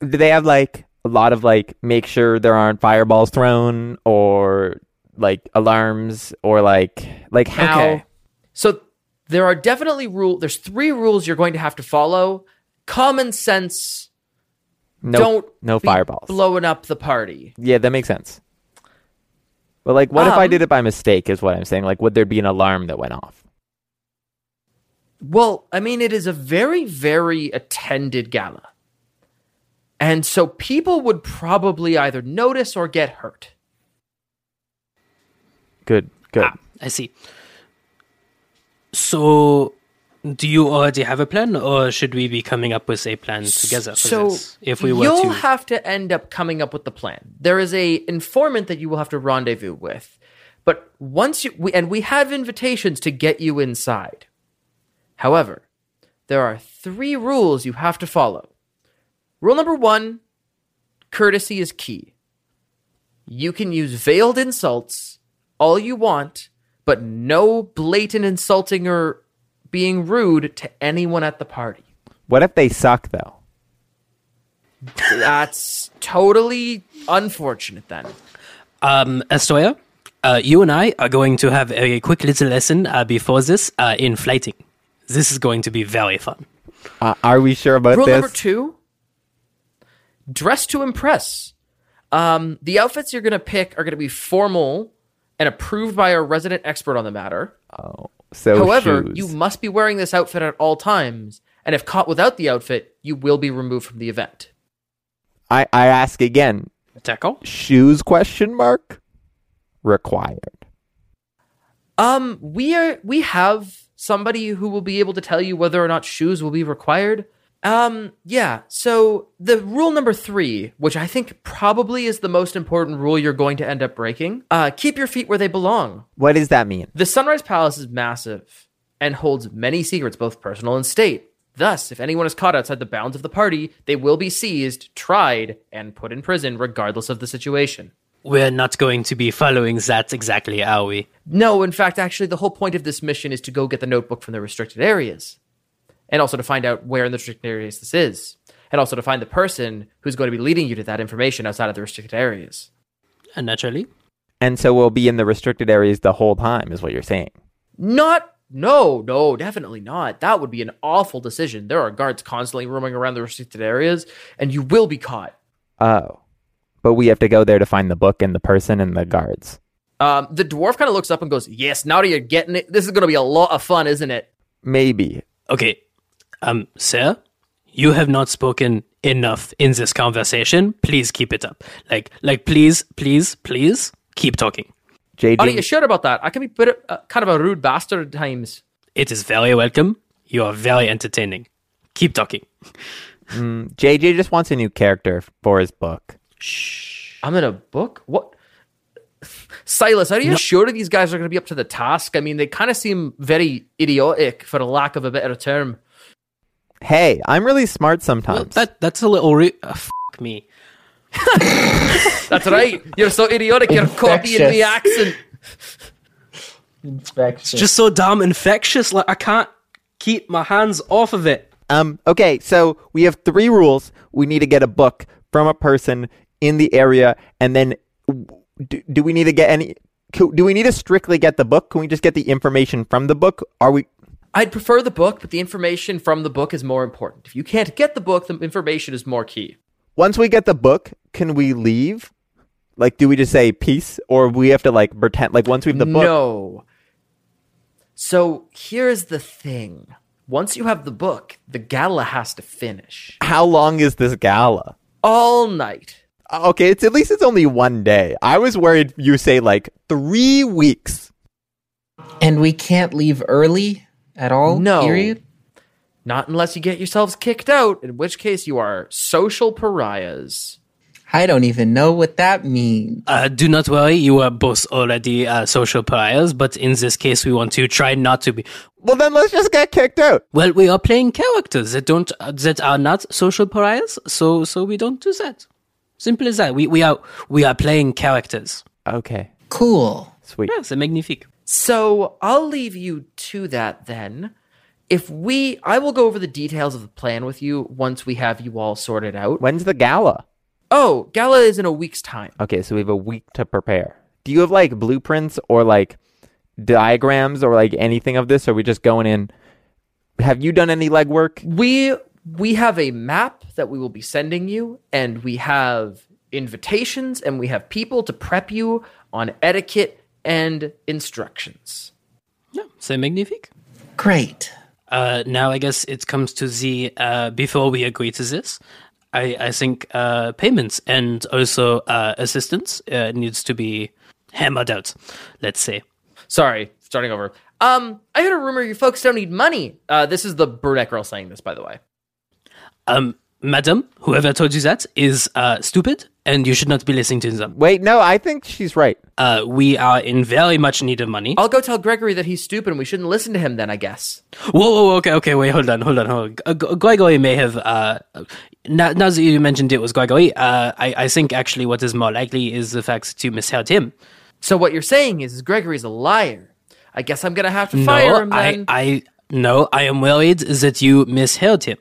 Speaker 1: do they have like a lot of like make sure there aren't fireballs thrown or like alarms or like like how?
Speaker 2: Okay. So there are definitely rule. There's three rules you're going to have to follow. Common sense.
Speaker 1: No,
Speaker 2: don't
Speaker 1: no
Speaker 2: be
Speaker 1: fireballs.
Speaker 2: Blowing up the party.
Speaker 1: yeah, that makes sense. But like, what if I
Speaker 2: Um,
Speaker 1: did it by mistake? Is what I'm saying. Like, would there be an alarm that went off?
Speaker 2: Well, I mean, it is a very, very attended gala, and so people would probably either notice or get hurt.
Speaker 1: Good, good.
Speaker 4: Ah, I see. So, do you already have a plan, or should we be coming up with a plan together? For
Speaker 2: so
Speaker 4: this, if we were
Speaker 2: you'll
Speaker 4: to,
Speaker 2: have to end up coming up with the plan. There is a informant that you will have to rendezvous with, but once you we, and we have invitations to get you inside. However, there are three rules you have to follow. Rule number one: courtesy is key. You can use veiled insults all you want, but no blatant insulting or being rude to anyone at the party.
Speaker 1: What if they suck though?
Speaker 2: That's totally unfortunate then.
Speaker 4: um, Astoya, uh, you and I are going to have a quick little lesson uh, before this uh, in flighting. This is going to be very fun.
Speaker 1: Uh, are we sure about
Speaker 2: Rule
Speaker 1: this?
Speaker 2: number two dress to impress. Um, the outfits you're going to pick are going to be formal and approved by our resident expert on the matter.
Speaker 1: Oh, so
Speaker 2: However,
Speaker 1: shoes.
Speaker 2: you must be wearing this outfit at all times, and if caught without the outfit, you will be removed from the event.
Speaker 1: I I ask again.
Speaker 4: Tackle.
Speaker 1: Shoes? Question mark. Required.
Speaker 2: Um, we are we have somebody who will be able to tell you whether or not shoes will be required. Um, yeah. So the rule number three, which I think probably is the most important rule you're going to end up breaking, uh, keep your feet where they belong.
Speaker 1: What does that mean?
Speaker 2: The Sunrise Palace is massive and holds many secrets, both personal and state. Thus, if anyone is caught outside the bounds of the party, they will be seized, tried, and put in prison, regardless of the situation.
Speaker 4: We're not going to be following that exactly, are we?
Speaker 2: No, in fact, actually, the whole point of this mission is to go get the notebook from the restricted areas and also to find out where in the restricted areas this is and also to find the person who's going to be leading you to that information outside of the restricted areas.
Speaker 4: Uh, naturally.
Speaker 1: And so we'll be in the restricted areas the whole time, is what you're saying.
Speaker 2: Not No, no, definitely not. That would be an awful decision. There are guards constantly roaming around the restricted areas, and you will be caught.
Speaker 1: Oh. But we have to go there to find the book and the person and the guards.
Speaker 2: Um, the dwarf kind of looks up and goes, "Yes, now that you're getting it, this is going to be a lot of fun, isn't it?"
Speaker 1: Maybe.
Speaker 4: Okay, um, sir, you have not spoken enough in this conversation. Please keep it up. Like, like, please, please, please, keep talking.
Speaker 2: Are you
Speaker 1: JD,
Speaker 2: sure about that? I can be bit, uh, kind of a rude bastard at times.
Speaker 4: It is very welcome. You are very entertaining. Keep talking.
Speaker 1: JJ just wants a new character for his book.
Speaker 2: I'm in a book. What? Silas, are you sure that these guys are going to be up to the task? I mean, they kind of seem very idiotic, for lack of a better term.
Speaker 1: Hey, I'm really smart
Speaker 4: Well,
Speaker 1: sometimes.
Speaker 4: that that's a little. Re- uh, fuck me.
Speaker 2: That's right. You're so idiotic. You're copying the
Speaker 3: Infectious.
Speaker 2: accent.
Speaker 3: Infection.
Speaker 4: Just so damn infectious. Like I can't keep my hands off of it.
Speaker 1: Um, okay, so we have three rules. We need to get a book from a person in the area, and then w- do, do we need to get any? co- Do we need to strictly get the book? Can we just get the information from the book? Are we?
Speaker 2: I'd prefer the book, but the information from the book is more important. If you can't get the book, the information is more key.
Speaker 1: Once we get the book, can we leave? Like, do we just say peace, or we have to like pretend? Like, once we have the book,
Speaker 2: No. So here's the thing. Once you have the book, the gala has to finish
Speaker 1: how long is this gala?
Speaker 2: all night.
Speaker 1: Uh, Okay, it's at least it's only one day. I was worried you say like three weeks.
Speaker 3: and we can't leave early at all.
Speaker 2: No.
Speaker 3: Period.
Speaker 2: Not unless you get yourselves kicked out, in which case you are social pariahs.
Speaker 3: I don't even know what that means.
Speaker 4: Uh, do not worry. You are both already uh, social pariahs, but in this case, we want to try not to be.
Speaker 1: Well, then let's just get kicked out.
Speaker 4: Well, we are playing characters that don't uh, that are not social pariahs, so so we don't do that. Simple as that. We we are we are playing characters.
Speaker 1: Okay,
Speaker 3: Cool.
Speaker 1: sweet.
Speaker 4: Yeah, c'est magnifique.
Speaker 2: So I'll leave you to that then. If we, I will go over the details of the plan with you once we have you all sorted out.
Speaker 1: When's the gala?
Speaker 2: Oh, gala is in a week's time.
Speaker 1: Okay, so we have a week to prepare. Do you have like blueprints or like diagrams or like anything of this? Or are we just going in? Have you done any legwork?
Speaker 2: We we have a map that we will be sending you, and we have invitations, and we have people to prep you on etiquette and instructions.
Speaker 4: Yeah, c'est magnifique.
Speaker 3: Great.
Speaker 4: Uh, now I guess it comes to the uh, before we agree to this. I I think uh, payments and also uh, assistance uh, needs to be hammered out. Let's say.
Speaker 2: Sorry, starting over. Um, I heard a rumor you folks don't need money. Uh, this is the Burdett girl saying this, by the way.
Speaker 4: Um, madam, whoever told you that is uh, stupid, and you should not be listening to them.
Speaker 1: Wait, no, I think she's right.
Speaker 4: Uh, we are in very much need of money. Oh,
Speaker 2: I'll go tell Gregory that he's stupid and we shouldn't listen to him then, I guess.
Speaker 4: Whoa, whoa, whoa, okay, okay, wait, hold on, hold on, hold on. Uh, G- Gregory may have. Uh, now, now that you mentioned it was Gregory, uh, I, I think actually what is more likely is the fact that you misheard him.
Speaker 2: So what you're saying is, is Gregory's a liar. I guess I'm gonna have to fire him
Speaker 4: I,
Speaker 2: then.
Speaker 4: I no, I am worried that you misheard him.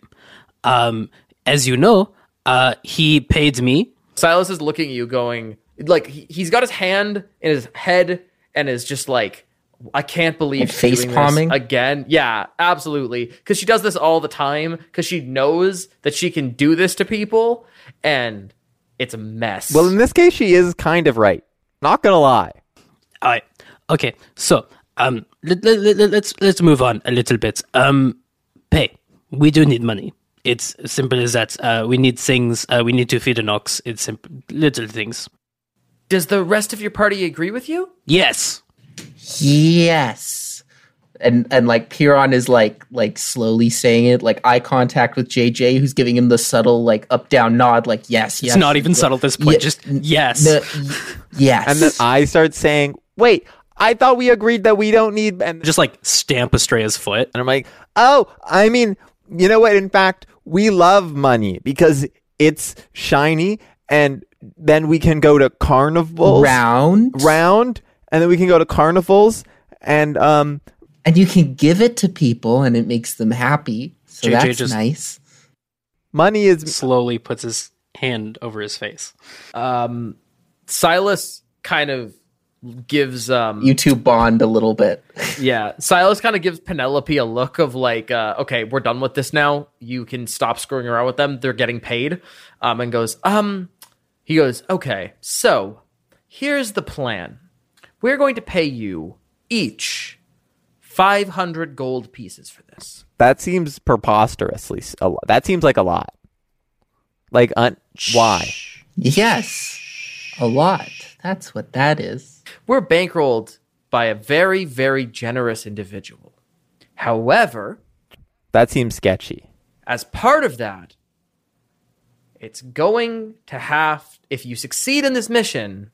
Speaker 4: Um, as you know, uh, he paid me.
Speaker 2: Silas is looking at you, going like he, he's got his hand in his head and is just like, I can't believe
Speaker 3: Like
Speaker 2: she's doing
Speaker 3: face-palming?
Speaker 2: this again. Yeah, absolutely, because she does this all the time because she knows that she can do this to people, and it's a mess.
Speaker 1: Well, in this case, she is kind of right. Not gonna lie.
Speaker 4: All right, okay, so um, let, let, let, let's let's move on a little bit. Um, pay. We do need money. It's simple as that. Uh, we need things. Uh, we need to feed an ox. It's simple, little things.
Speaker 2: does the rest of your party agree with you?
Speaker 4: Yes.
Speaker 3: Yes. And and like Piron is like like slowly saying it, like eye contact with JJ, who's giving him the subtle like up down nod, like yes, yes.
Speaker 4: It's not even subtle at this point.
Speaker 3: Yeah,
Speaker 4: Just
Speaker 3: n-
Speaker 4: yes.
Speaker 3: No, y- yes.
Speaker 1: And then I start saying, "Wait, I thought we agreed that we don't need." And
Speaker 4: Just like stamp Estrella's foot.
Speaker 1: And I'm like, oh, I mean, you know what? In fact, we love money because it's shiny, and then we can go to carnivals
Speaker 3: round,
Speaker 1: round, and then we can go to carnivals, and um,
Speaker 3: and you can give it to people, and it makes them happy. So
Speaker 4: JJ
Speaker 3: that's
Speaker 4: just-
Speaker 3: nice.
Speaker 1: money is
Speaker 4: Slowly puts his hand over his face.
Speaker 2: Um, Silas kind of gives um
Speaker 3: You two bond a little bit.
Speaker 2: yeah Silas kind of gives Penelope a look of like uh, okay we're done with this now you can stop screwing around with them they're getting paid um and goes um he goes okay so here's the plan we're going to pay you each 500 gold pieces for this
Speaker 1: That seems preposterously. s- A lot. That seems like a lot. Like un- why?
Speaker 3: Yes, a lot. That's what that is.
Speaker 2: we're bankrolled by a very very generous individual however
Speaker 1: That seems sketchy.
Speaker 2: as part of that, it's going to have, if you succeed in this mission,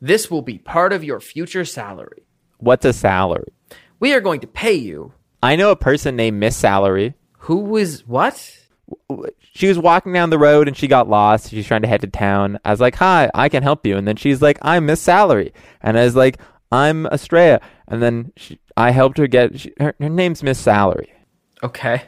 Speaker 2: this will be part of your future salary.
Speaker 1: What's a salary?
Speaker 2: We are going to pay you.
Speaker 1: I know a person named Miss Salary.
Speaker 2: Who was what?
Speaker 1: She was walking down the road and she got lost. She's trying to head to town. I was like, "Hi, I can help you." And then she's like, "I'm Miss Salary," and I was like, "I'm Estrella." And then she, I helped her get. She, her, her name's Miss Salary.
Speaker 2: Okay.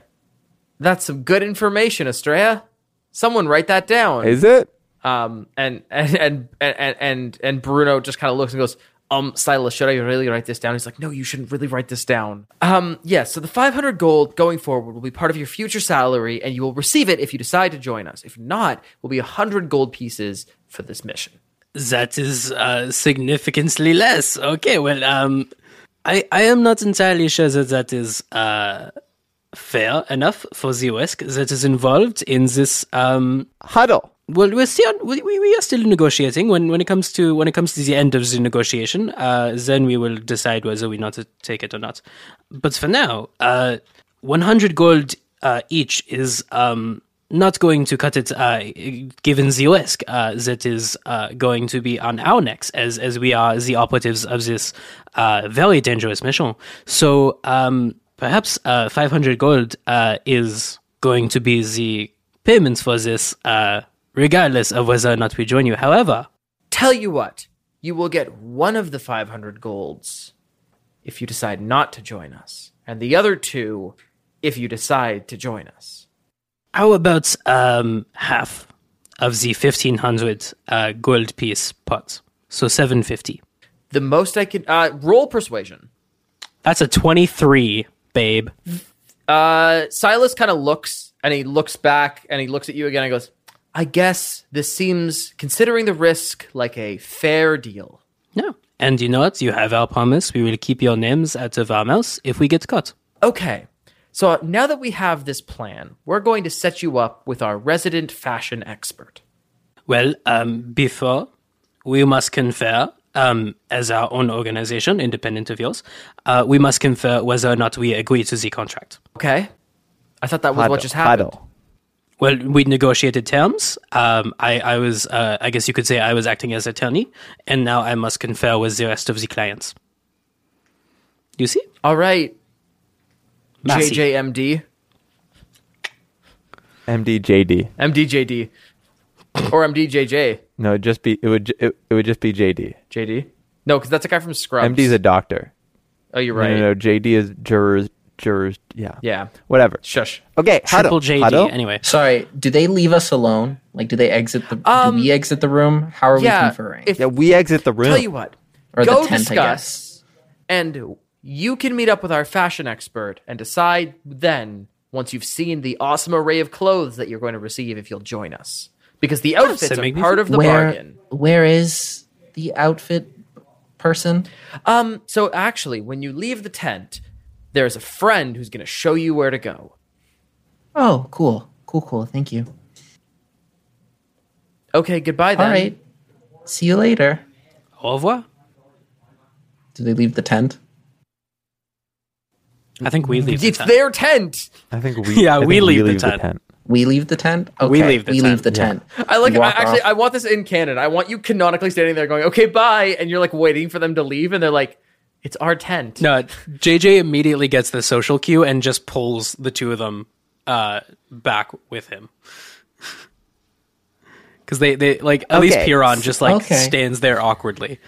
Speaker 2: That's some good information, Estrella. Someone write that down.
Speaker 1: Is it?
Speaker 2: um, and, and, and, and, and, and Bruno just kind of looks and goes, um, Silas, should I really write this down? He's like, no, you shouldn't really write this down. Um, yeah, so the 500 gold going forward will be part of your future salary and you will receive it if you decide to join us. If not, will be 100 gold pieces for this mission.
Speaker 4: That is uh, significantly less. Okay, well, um, I I am not entirely sure that that is uh, fair enough for the risk that is involved in this. Um,
Speaker 1: Huddle.
Speaker 4: well, we're still we, we we are still negotiating. When when it comes to when it comes to the end of the negotiation, uh, then we will decide whether we not to take it or not. But for now, uh, one hundred gold uh, each is um, not going to cut it. Uh, given the risk uh, that is uh, going to be on our necks, as as we are the operatives of this uh, very dangerous mission. So um, perhaps uh, five hundred gold uh, is going to be the payments for this, uh, regardless of whether or not we join you. However,
Speaker 2: Tell you what, you will get one of the 500 golds if you decide not to join us, and the other two if you decide to join us.
Speaker 4: how about um, half of the 1500 uh, gold piece pot? So 750.
Speaker 2: The most I can uh, roll persuasion.
Speaker 4: That's a 23, babe.
Speaker 2: Uh, Silas kind of looks and he looks back and he looks at you again and goes, I guess this seems, considering the risk, like a fair deal.
Speaker 4: No. And you know what? You have our promise. We will keep your names out of our mouths if we get caught.
Speaker 2: Okay, so now that we have this plan, we're going to set you up with our resident fashion expert.
Speaker 4: Well, um, before we must confer, um, as our own organization, independent of yours, uh, we must confer whether or not we agree to the contract.
Speaker 2: Okay? I thought that was
Speaker 1: Huddle.
Speaker 2: what just happened.
Speaker 1: Huddle.
Speaker 4: Well, we negotiated terms. Um, I, I was, uh, I guess you could say, I was acting as attorney, and now I must confer with the rest of the clients. You see,
Speaker 2: All right,
Speaker 4: Massey.
Speaker 2: JJMD,
Speaker 1: MDJD.
Speaker 2: MDJD, or MDJJ,
Speaker 1: No, it'd just be it would ju- it, it would just be JD.
Speaker 2: JD. No, because that's a guy from Scrubs.
Speaker 1: MD's a doctor.
Speaker 2: oh, you're
Speaker 1: No,
Speaker 2: right.
Speaker 1: no, no, JD is jurors jurors yeah.
Speaker 2: Yeah.
Speaker 1: Whatever.
Speaker 2: Shush.
Speaker 1: Okay, huddle.
Speaker 4: triple JD.
Speaker 1: Huddle?
Speaker 4: Anyway,
Speaker 3: Sorry, do they leave us alone? Like, do they exit the?
Speaker 2: Um,
Speaker 3: do we exit the room? How are we
Speaker 2: yeah,
Speaker 3: conferring?
Speaker 2: if
Speaker 1: Yeah, we exit the room.
Speaker 2: Tell you what,
Speaker 3: Or the
Speaker 2: go
Speaker 3: tent, I
Speaker 2: discuss, and you can meet up with our fashion expert and decide then once you've seen the awesome array of clothes that you're going to receive if you'll join us. Because the outfits
Speaker 4: that
Speaker 2: are
Speaker 4: make me
Speaker 2: part of the
Speaker 3: where
Speaker 2: bargain.
Speaker 3: where is the outfit person?
Speaker 2: Um, so actually, when you leave the tent, there's a friend who's going to show you where to go.
Speaker 3: Oh, cool, cool, cool. Thank you.
Speaker 2: Okay, goodbye then.
Speaker 3: All right, see you later.
Speaker 4: au revoir.
Speaker 3: Do they leave the tent?
Speaker 4: I think we leave. the
Speaker 2: It's
Speaker 4: time.
Speaker 2: their tent.
Speaker 1: I think we
Speaker 4: Yeah,
Speaker 1: I think
Speaker 4: we leave the tent.
Speaker 3: We leave the tent. Okay,
Speaker 4: We leave the
Speaker 3: we
Speaker 4: tent,
Speaker 3: leave the tent.
Speaker 2: I like it. I
Speaker 3: Walk
Speaker 2: actually,
Speaker 3: off.
Speaker 2: I want this in canon. I want you canonically standing there going, okay, bye. And you're like waiting for them to leave. And they're like, it's our tent.
Speaker 4: No, JJ immediately gets the social cue and just pulls the two of them uh, back with him. Because they, they like at least
Speaker 1: Okay.
Speaker 4: Piran just like
Speaker 3: Okay.
Speaker 4: stands there awkwardly.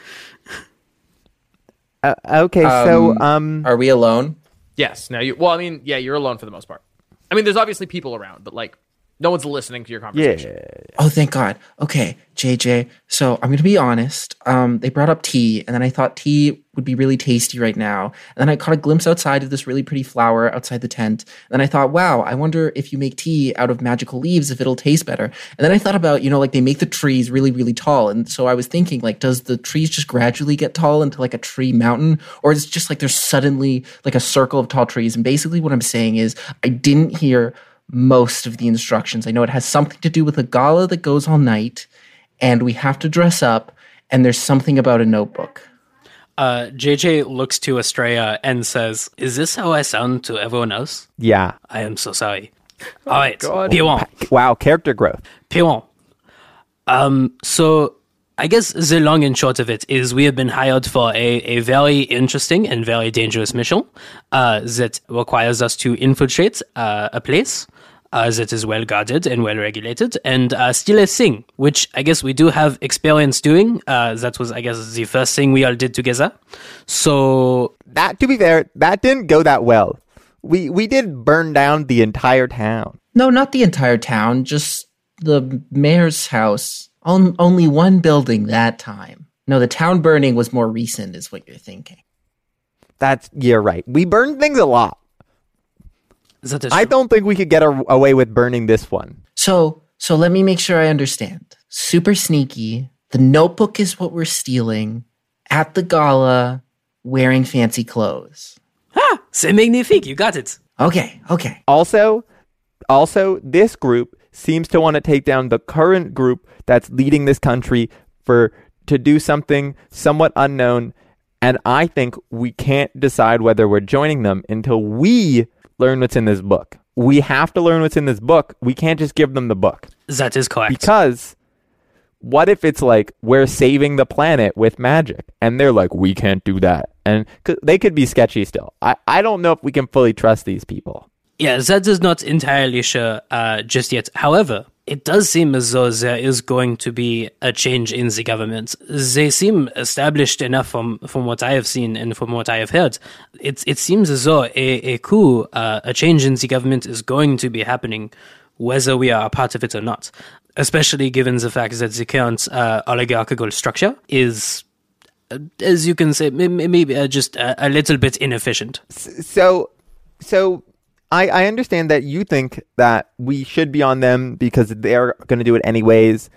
Speaker 1: Uh, okay, so um
Speaker 3: Are we alone?
Speaker 2: Yes. Now you. Well, I mean, yeah, you're alone for the most part. I mean, there's obviously people around, but like No one's listening to your
Speaker 1: Yeah.
Speaker 2: conversation.
Speaker 3: Oh, thank God. Okay, JJ. So I'm going to be honest. Um, they brought up tea, and then I thought tea would be really tasty right now. And then I caught a glimpse outside of this really pretty flower outside the tent. And then I thought, wow, I wonder if you make tea out of magical leaves, if it'll taste better. And then I thought about, you know, like they make the trees really, really tall. And so I was thinking, like, does the trees just gradually get tall into like a tree mountain? Or is it just like there's suddenly like a circle of tall trees? And basically, what I'm saying is, I didn't hear most of the instructions. I know it has something to do with a gala that goes all night, and we have to dress up, and there's something about a notebook.
Speaker 4: Uh, JJ looks to Estrella and says, Is this how I sound to everyone else?
Speaker 1: Yeah.
Speaker 4: I am so sorry.
Speaker 1: Oh,
Speaker 4: All right, Piwon,
Speaker 1: Wow. Character growth.
Speaker 4: Piwon. Um, so I guess the long and short of it is we have been hired for a, a very interesting and very dangerous mission uh, that requires us to infiltrate uh, a place. Uh, that is well guarded and well regulated, and uh, still a thing, which I guess we do have experience doing. Uh, that was, I guess, the first thing we all did together. So
Speaker 1: That to be fair, that didn't go that well. We we did burn down the entire town.
Speaker 3: No, not the entire town, just the mayor's house. On, only one building that time. No, the town burning was more recent, is what you're thinking.
Speaker 1: That's you're right. We burned things a lot.
Speaker 4: that is
Speaker 1: I don't think we could get a, away with burning this one.
Speaker 3: So, so let me make sure I understand. Super sneaky. The notebook is what we're stealing at the gala, wearing fancy clothes.
Speaker 4: Ah, c'est magnifique. You got it.
Speaker 3: Okay, okay.
Speaker 1: Also, also this group seems to want to take down the current group that's leading this country for to do something somewhat unknown and I think we can't decide whether we're joining them until we learn what's in this book. We have to learn what's in this book. We can't just give them the book.
Speaker 4: That is correct.
Speaker 1: Because what if it's like we're saving the planet with magic and they're like we can't do that and c- they could be sketchy still. I I don't know if we can fully trust these people.
Speaker 4: yeah, that is not entirely sure uh, just yet. However, it does seem as though there is going to be a change in the government. They seem established enough from, from what I have seen and from what I have heard. It, it seems as though a, a coup, uh, a change in the government is going to be happening, whether we are a part of it or not. Especially given the fact that the current uh, oligarchical structure is, uh, as you can say, may- may- maybe uh, just a, a little bit inefficient.
Speaker 1: so so I, I understand that you think that we should be on them because they're going to do it anyways.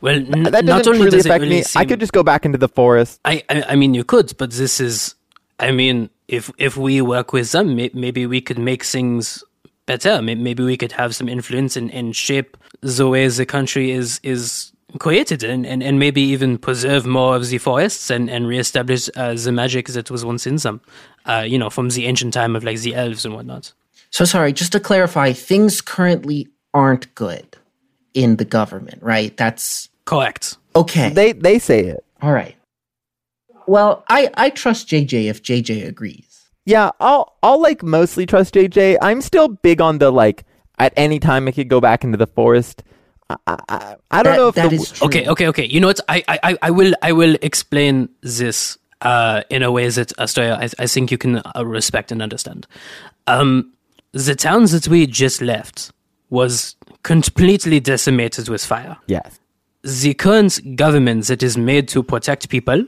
Speaker 4: Well, n-
Speaker 1: That doesn't
Speaker 4: not only
Speaker 1: really
Speaker 4: does it
Speaker 1: affect
Speaker 4: really
Speaker 1: me.
Speaker 4: seem,
Speaker 1: I could just go back into the forest.
Speaker 4: I, I, I mean, you could, but this is, I mean, if if we work with them, may, maybe we could make things better. May- Maybe we could have some influence and, and shape the way the country is is created, and, and, and maybe even preserve more of the forests and and reestablish uh, the magic that was once in them. Uh, you know, from the ancient time of like the elves and whatnot.
Speaker 3: So sorry, just to clarify, things currently aren't good in the government, right? That's
Speaker 4: Correct.
Speaker 3: okay.
Speaker 1: They they say it.
Speaker 3: All right. Well, I I trust JJ if JJ agrees.
Speaker 1: Yeah, I'll I'll like mostly trust JJ. I'm still big on the like at any time I could go back into the forest. I I, I- I don't
Speaker 3: That-
Speaker 1: know if
Speaker 3: that
Speaker 1: the,
Speaker 3: is true.
Speaker 4: Okay, okay, okay. You know what? I, I, I- I will, I will explain this uh, in a way that Astoria, I, I think you can uh, respect and understand. Um, the towns that we just left was completely decimated with fire.
Speaker 1: yes.
Speaker 4: The current government that is made to protect people,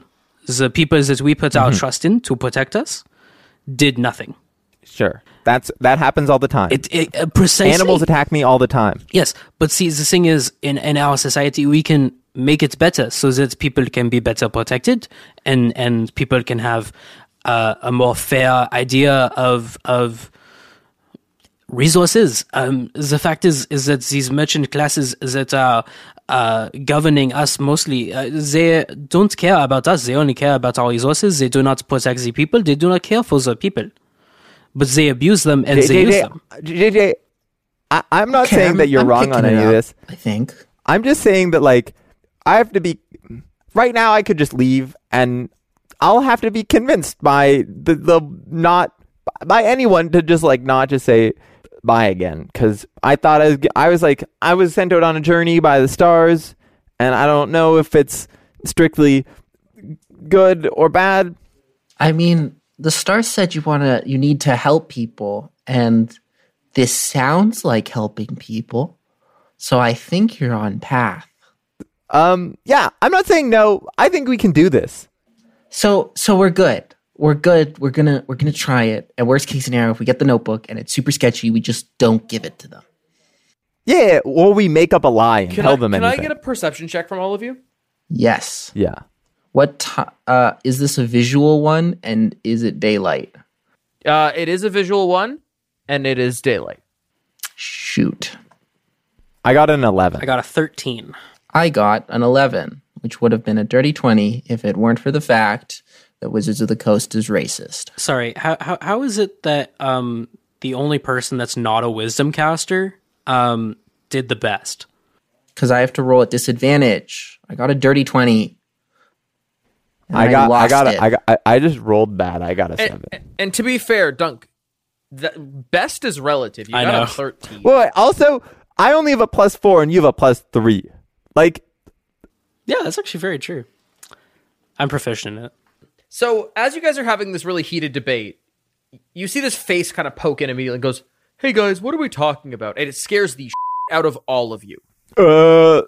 Speaker 4: the people that we put our trust in to protect us, did nothing.
Speaker 1: Sure. That's that happens all the time.
Speaker 4: It, it uh, precisely
Speaker 1: Animals attack me all the time.
Speaker 4: Yes, but see, the thing is, in, in our society, we can make it better so that people can be better protected and, and people can have uh, a more fair idea of of resources. Um, the fact is is that these merchant classes that are uh, governing us mostly, uh, they don't care about us. They only care about our resources. They do not protect the people. They do not care for the people. But they abuse them and they use
Speaker 1: JJ,
Speaker 4: them.
Speaker 1: JJ I, I'm not
Speaker 3: Okay,
Speaker 1: saying
Speaker 3: I'm-
Speaker 1: that you're
Speaker 3: I'm
Speaker 1: wrong on
Speaker 3: picking it
Speaker 1: any of
Speaker 3: up,
Speaker 1: this.
Speaker 3: I think.
Speaker 1: I'm just saying that like I have to be right now I could just leave and I'll have to be convinced by the the not by anyone to just like not just say bye again cuz I thought I was, I was like I was sent out on a journey by the stars and I don't know if it's strictly good or bad.
Speaker 3: I mean, the star said you want to you need to help people and this sounds like helping people. So I think you're on path.
Speaker 1: Um, yeah, I'm not saying no. I think we can do this.
Speaker 3: So so we're good. We're good. We're gonna we're gonna try it. And worst case scenario, if we get the notebook and it's super sketchy, we just don't give it to them.
Speaker 1: Yeah, or we make up a lie and
Speaker 2: Can,
Speaker 1: tell
Speaker 2: I,
Speaker 1: them
Speaker 2: can I
Speaker 1: anything.
Speaker 2: get a perception check from all of you?
Speaker 3: Yes.
Speaker 1: yeah.
Speaker 3: What ti uh, is this a visual one and is it daylight?
Speaker 2: Uh, it is a visual one, and it is daylight.
Speaker 3: Shoot.
Speaker 1: I got an 11.
Speaker 4: I got a 13.
Speaker 3: I got an 11, which would have been a dirty 20 if it weren't for the fact that Wizards of the Coast is racist.
Speaker 4: Sorry, how, how, how is it that um, the only person that's not a wisdom caster um, did the best?
Speaker 3: Because I have to roll at disadvantage. I got a dirty 20. and
Speaker 1: I got, I
Speaker 3: lost
Speaker 1: got,
Speaker 3: it.
Speaker 1: a, I got, I, I just rolled bad. I got a seven.
Speaker 2: And, and to be fair, Dunk, the best is relative. You
Speaker 4: I
Speaker 2: got
Speaker 4: know.
Speaker 2: a thirteen.
Speaker 1: Well, wait, also, I only have a plus four and you have a plus three. Like,
Speaker 4: Yeah, that's actually very true. I'm proficient in it.
Speaker 2: So as you guys are having this really heated debate, you see this face kind of poke in immediately and goes, "Hey guys, what are we talking about?" And it scares the out of all of you.
Speaker 1: uh,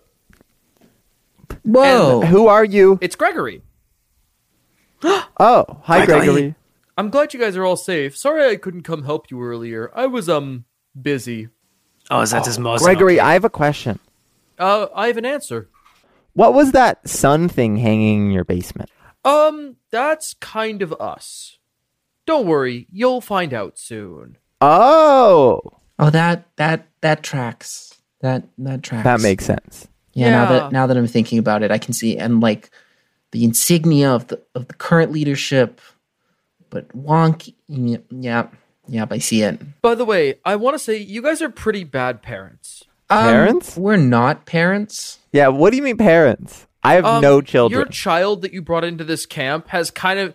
Speaker 3: Whoa.
Speaker 1: who are you?
Speaker 2: It's Gregory.
Speaker 1: Oh, hi, Gregory.
Speaker 2: I'm glad you guys are all safe. Sorry I couldn't come help you earlier. I was um busy.
Speaker 4: Oh, is that his most?
Speaker 1: Gregory, I have a question.
Speaker 2: Uh, I have an answer.
Speaker 1: What was that sun thing hanging in your basement?
Speaker 2: Um, that's kind of us. Don't worry, you'll find out soon.
Speaker 1: Oh,
Speaker 3: Oh, that that that tracks. That that tracks.
Speaker 1: that makes sense.
Speaker 3: yeah, Now
Speaker 2: Yeah.
Speaker 3: that now that I'm thinking about it, I can see and like the insignia of the of the current leadership, but wonky. Yep, yep, yep. I see it.
Speaker 2: By the way, I want to say you guys are pretty bad parents.
Speaker 3: Um,
Speaker 1: Parents?
Speaker 3: We're not parents.
Speaker 1: Yeah, what do you mean, parents? I have
Speaker 2: Um,
Speaker 1: no children.
Speaker 2: Your child that you brought into this camp has kind of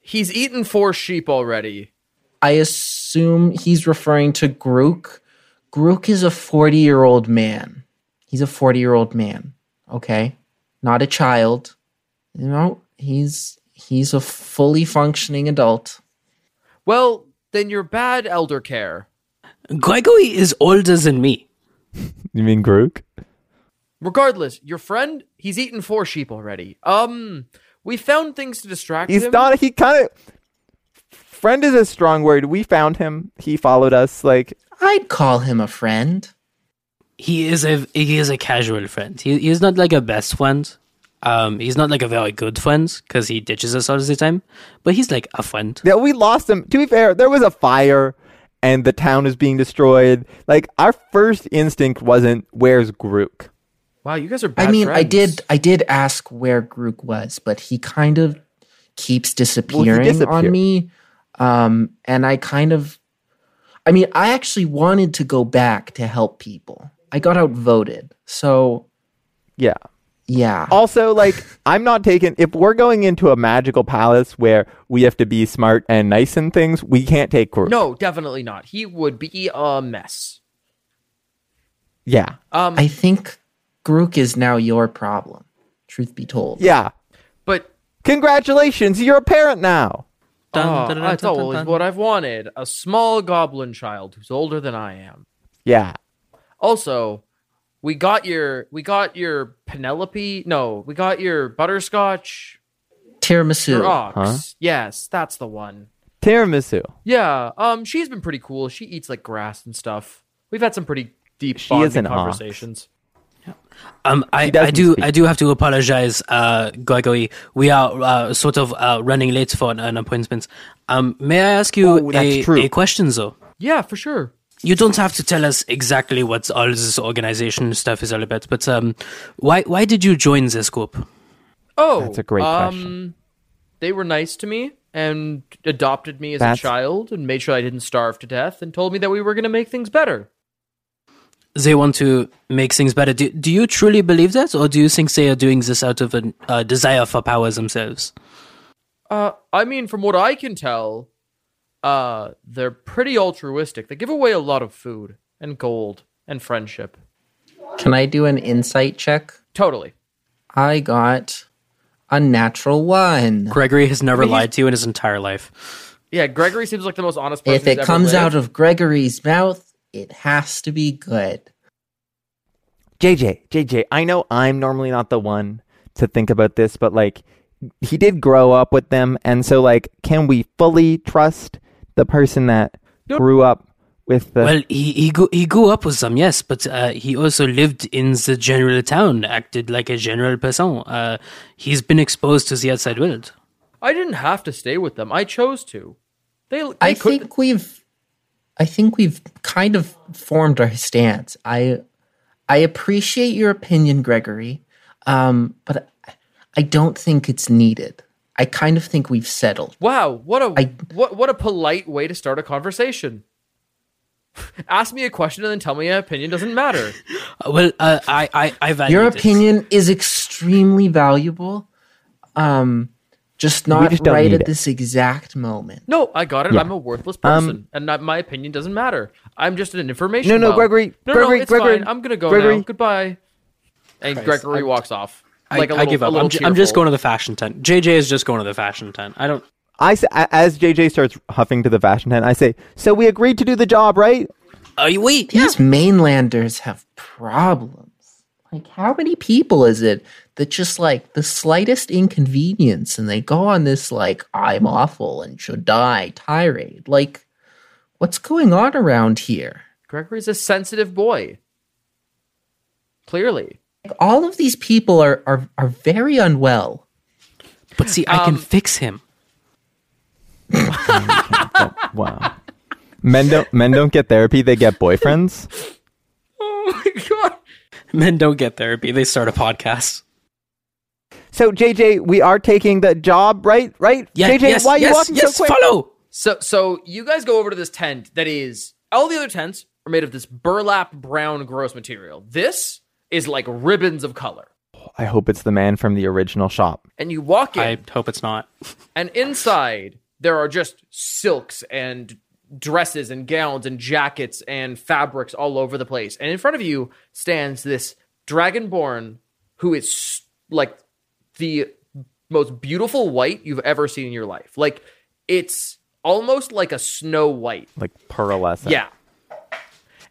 Speaker 2: he's eaten four sheep already.
Speaker 3: I assume he's referring to Grook. Grook is a 40 year old man. He's a 40 year old man. Okay. Not a child. You know, he's he's a fully functioning adult.
Speaker 2: Well, then you're bad elder care.
Speaker 4: Gregory is older than me.
Speaker 1: you mean Grook?
Speaker 2: Regardless, your friend, he's eaten four sheep already. Um, we found things to distract
Speaker 1: He's
Speaker 2: him.
Speaker 1: not. He kind of. Friend is a strong word. We found him. He followed us. Like,
Speaker 3: I'd call him a friend.
Speaker 4: He is a he is a casual friend. He he's not like a best friend. Um, he's not like a very good friend because he ditches us all the time. But he's like a friend.
Speaker 1: yeah, we lost him. To be fair, there was a fire, and the town is being destroyed. Like, our first instinct wasn't, "Where's Grook?"
Speaker 2: wow, you guys are bad
Speaker 3: I mean, I
Speaker 2: friends.
Speaker 3: did I did ask where Grook was, but he kind of keeps disappearing
Speaker 1: disappeared.
Speaker 3: on me. Um, and I kind of I mean, I actually wanted to go back to help people. I got outvoted. So,
Speaker 1: Yeah.
Speaker 3: yeah.
Speaker 1: Also, like, I'm not taking. If we're going into a magical palace where we have to be smart and nice and things, we can't take Grook.
Speaker 2: No, definitely not. He would be a mess.
Speaker 1: Yeah.
Speaker 2: Um,
Speaker 3: I think Grook is now your problem, truth be told.
Speaker 1: Yeah.
Speaker 2: but
Speaker 1: Congratulations, you're a parent now.
Speaker 4: Dun,
Speaker 2: oh,
Speaker 4: dun, dun,
Speaker 2: that's
Speaker 4: dun, dun,
Speaker 2: always
Speaker 4: dun.
Speaker 2: what I've wanted. A small goblin child who's older than I am.
Speaker 1: Yeah.
Speaker 2: Also, we got your we got your Penelope. No, we got your butterscotch.
Speaker 3: Tiramisu.
Speaker 2: Your ox.
Speaker 1: Huh?
Speaker 2: Yes, that's the one.
Speaker 1: Tiramisu.
Speaker 2: Yeah. Um, she's been pretty cool. She eats like grass and stuff. We've had some pretty deep
Speaker 1: She is
Speaker 2: bonding
Speaker 1: an ox.
Speaker 2: conversations.
Speaker 4: Um, I, I
Speaker 1: doesn't
Speaker 4: do
Speaker 1: speak.
Speaker 4: I do have to apologize, uh, Gregory. We are uh, sort of uh, running late for an, an appointment. Um, may I ask you
Speaker 1: Oh, that's
Speaker 4: a,
Speaker 1: true.
Speaker 4: a question, though?
Speaker 2: Yeah, for sure.
Speaker 4: You don't have to tell us exactly what all this organization stuff is all about, but um, why why did you join this group?
Speaker 2: Oh,
Speaker 1: That's a great
Speaker 2: um,
Speaker 1: question.
Speaker 2: They were nice to me and adopted me as
Speaker 1: That's-
Speaker 2: a child and made sure I didn't starve to death and told me that we were going to make things better.
Speaker 4: They want to make things better. Do, do you truly believe that, or do you think they are doing this out of a uh, desire for power themselves?
Speaker 2: Uh, I mean, from what I can tell, uh, they're pretty altruistic. They give away a lot of food and gold and friendship.
Speaker 3: Can I do an insight check?
Speaker 2: Totally.
Speaker 3: I got a natural one.
Speaker 4: Gregory has never
Speaker 2: mean, he's-
Speaker 4: lied to you in his entire life.
Speaker 2: Yeah, Gregory seems like the most honest person.
Speaker 3: If it comes out of Gregory's mouth, it has to be good.
Speaker 1: JJ, JJ, I know I'm normally not the one to think about this, but like he did grow up with them, and so like, can we fully trust the person that grew up with the?
Speaker 4: Well, he he grew, he grew up with them, yes, but uh, he also lived in the general town, acted like a general person. Uh, he's been exposed to the outside world.
Speaker 2: I didn't have to stay with them. I chose to. They, they
Speaker 3: I
Speaker 2: could,
Speaker 3: think we've I think we've kind of formed our stance. I I appreciate your opinion, Gregory, um, but I don't think it's needed. I kind of think we've settled.
Speaker 2: Wow, what a
Speaker 3: I-
Speaker 2: what what a polite way to start a conversation. Ask me a question and then tell me an opinion doesn't matter.
Speaker 4: Uh, well, uh, I, I I value
Speaker 3: Your
Speaker 4: this.
Speaker 3: opinion is extremely valuable. Um, just not
Speaker 1: just don't
Speaker 3: right
Speaker 1: need
Speaker 3: at
Speaker 1: it.
Speaker 3: this exact moment.
Speaker 2: No, I got it.
Speaker 1: Yeah. Um,
Speaker 2: I'm a worthless person, and not, my opinion doesn't matter. I'm just an information.
Speaker 1: No, no,
Speaker 2: well.
Speaker 1: Gregory,
Speaker 2: No,
Speaker 1: Gregory,
Speaker 2: no, it's
Speaker 1: Gregory,
Speaker 2: fine. I'm gonna go
Speaker 1: Gregory.
Speaker 2: now. Goodbye. And Gregory walks off.
Speaker 4: I,
Speaker 2: Like a
Speaker 4: I
Speaker 2: little-
Speaker 4: give
Speaker 2: a
Speaker 4: up.
Speaker 2: little
Speaker 4: I'm, ju- I'm just
Speaker 2: tearful.
Speaker 4: going to the fashion tent. JJ is just going to the fashion tent. I don't.
Speaker 1: I say, as JJ starts huffing to the fashion tent, I say, "So we agreed to do the job, right?"
Speaker 4: Are you wait?
Speaker 3: These mainlanders have problems. Like, how many people is it that just like the slightest inconvenience and they go on this, like, I'm awful and should die tirade? Like, what's going on around here?
Speaker 2: Gregory's a sensitive boy. Clearly.
Speaker 3: Like, all of these people are, are, are very unwell.
Speaker 4: But see, I can fix him.
Speaker 1: Wow. men don't men don't get therapy; they get boyfriends.
Speaker 2: Oh my god.
Speaker 4: Men don't get therapy. They start a podcast.
Speaker 1: So JJ, we are taking the job, right? Right?
Speaker 4: Yeah,
Speaker 1: JJ,
Speaker 4: yes,
Speaker 1: why are you
Speaker 4: yes,
Speaker 1: walking
Speaker 4: yes,
Speaker 1: so quick?
Speaker 4: Follow.
Speaker 2: So so you guys go over to this tent that is all the other tents are made of this burlap brown gross material. This is like ribbons of color.
Speaker 1: I hope it's the man from the original shop.
Speaker 2: And you walk in
Speaker 4: I hope it's not.
Speaker 2: and inside there are just silks and dresses and gowns and jackets and fabrics all over the place. And in front of you stands this dragonborn who is like the most beautiful white you've ever seen in your life. Like it's almost like a snow white.
Speaker 1: Like pearlescent.
Speaker 2: Yeah.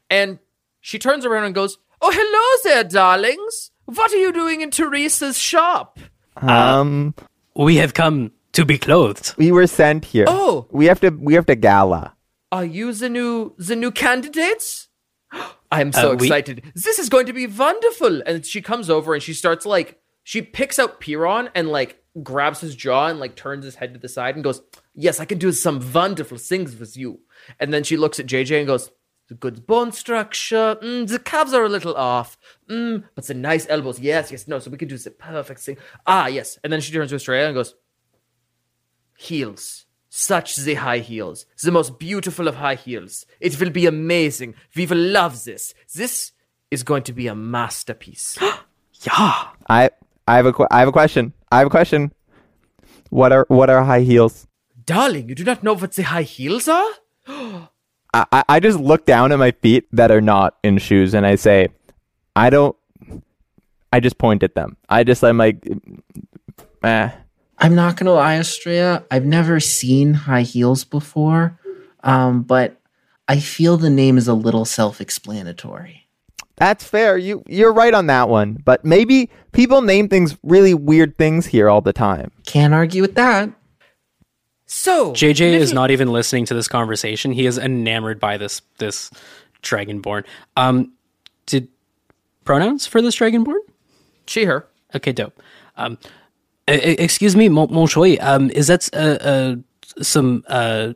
Speaker 2: And she turns around and goes, "Oh, hello there, darlings. What are you doing in Teresa's shop?"
Speaker 1: Um
Speaker 4: We have come to be clothed.
Speaker 1: we were sent here.
Speaker 2: Oh.
Speaker 1: We have to we have to gala.
Speaker 2: Are you the new the new candidates? I'm so
Speaker 4: Uh, we-
Speaker 2: excited. This is going to be wonderful. And she comes over and she starts like she picks out Piron and like grabs his jaw and like turns his head to the side and goes, "Yes, I can do some wonderful things with you." And then she looks at JJ and goes, "The good bone structure. Mm, the calves are a little off. Mm, but the nice elbows. Yes, yes, no. So we can do the perfect thing. Ah, yes." And then she turns to Australia and goes, heels. Such the high heels. The most beautiful of high heels. It will be amazing. We will love this. This is going to be a masterpiece.
Speaker 4: Yeah.
Speaker 1: I I have a que- I have a question. I have a question. What are what are high heels?
Speaker 2: Darling, you do not know what the high heels are?
Speaker 1: I, I- I just look down at my feet that are not in shoes and I say, I don't I just point at them. I just I'm like eh.
Speaker 3: I'm not going to lie, Astrea. I've never seen high heels before, um, but I feel the name is a little self explanatory.
Speaker 1: That's fair. You you're right on that one. But maybe people name things really weird things here all the time.
Speaker 3: Can't argue with that.
Speaker 2: So,
Speaker 4: JJ is not even listening to this conversation. He is enamored by this this dragonborn. Um, did pronouns for this dragonborn?
Speaker 2: she, her.
Speaker 4: Okay, dope. Um, e- e- excuse me, Mon, mon Choi. Um, is that uh, uh some uh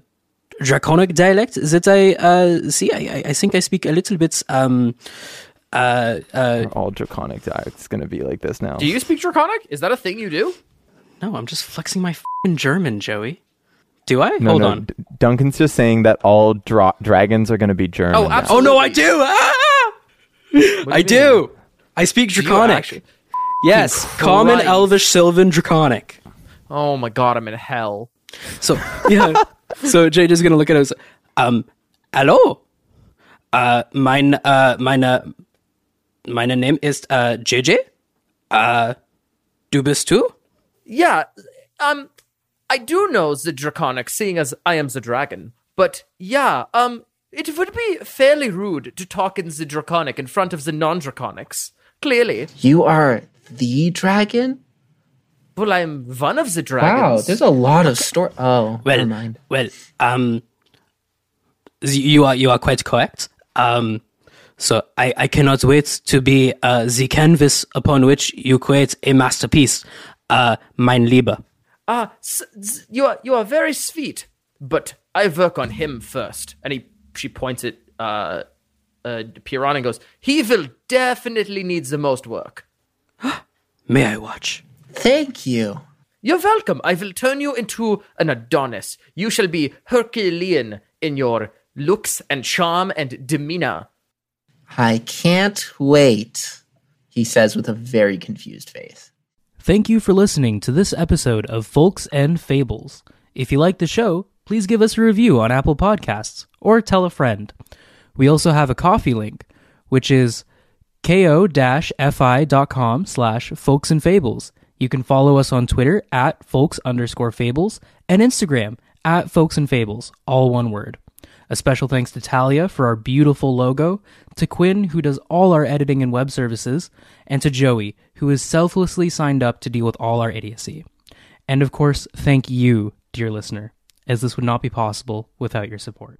Speaker 4: draconic dialect that I uh see? I I- I think I speak a little bit um uh uh
Speaker 1: They're all draconic dialects. It's gonna be like this now.
Speaker 2: Do you speak Draconic? Is that a thing you do?
Speaker 4: no. I'm just flexing my fing German, Joey. Do I?
Speaker 1: No,
Speaker 4: Hold
Speaker 1: no,
Speaker 4: on.
Speaker 1: D- Duncan's just saying that all dra- dragons are going to be German.
Speaker 2: Oh,
Speaker 1: now.
Speaker 4: Oh
Speaker 2: absolutely.
Speaker 4: no, I do. Ah! I do. I speak draconic.
Speaker 2: actually?
Speaker 4: Yes,
Speaker 2: Jesus
Speaker 4: common
Speaker 2: Christ.
Speaker 4: elvish sylvan draconic.
Speaker 2: Oh my god, I'm in hell.
Speaker 4: So yeah. so Jade is gonna look at us. Um, hello. Uh, mein uh, meine meine name ist uh JJ. Uh,
Speaker 6: Uh,
Speaker 4: du bist du?
Speaker 2: Yeah, um, I do know the Draconic, seeing as I am the dragon. But yeah, um, it would be fairly rude to talk in the Draconic in front of the non-Draconics. Clearly.
Speaker 3: You are the dragon?
Speaker 2: Well, I'm one of the
Speaker 3: Wow,
Speaker 2: dragons.
Speaker 3: there's a lot of story. Oh,
Speaker 6: Well,
Speaker 3: never mind.
Speaker 6: well, um, s- you are you are quite correct. Um, so I, I cannot wait to be uh, the canvas upon which you create a masterpiece, uh, mein Lieber.
Speaker 2: Ah, s- s- you are you are very sweet, but I work on him first. And he she points at uh, uh, Piran and goes, "He will definitely need the most work."
Speaker 6: May I watch?
Speaker 3: Thank you.
Speaker 2: You're welcome. I will turn you into an Adonis. You shall be Herculean in your looks and charm and demeanor.
Speaker 3: I can't wait, he says with a very confused face.
Speaker 4: Thank you for listening to this episode of Folks and Fables. If you like the show, please give us a review on Apple Podcasts or tell a friend. We also have a coffee link, which is ko-fi.com slash folks and fables. You can follow us on Twitter at folks underscore fables and Instagram at folks and fables, all one word. A special thanks to Talia for our beautiful logo, to Quinn, who does all our editing and web services, and to Joey, who is selflessly signed up to deal with all our idiocy. And of course, thank you, dear listener, as this would not be possible without your support.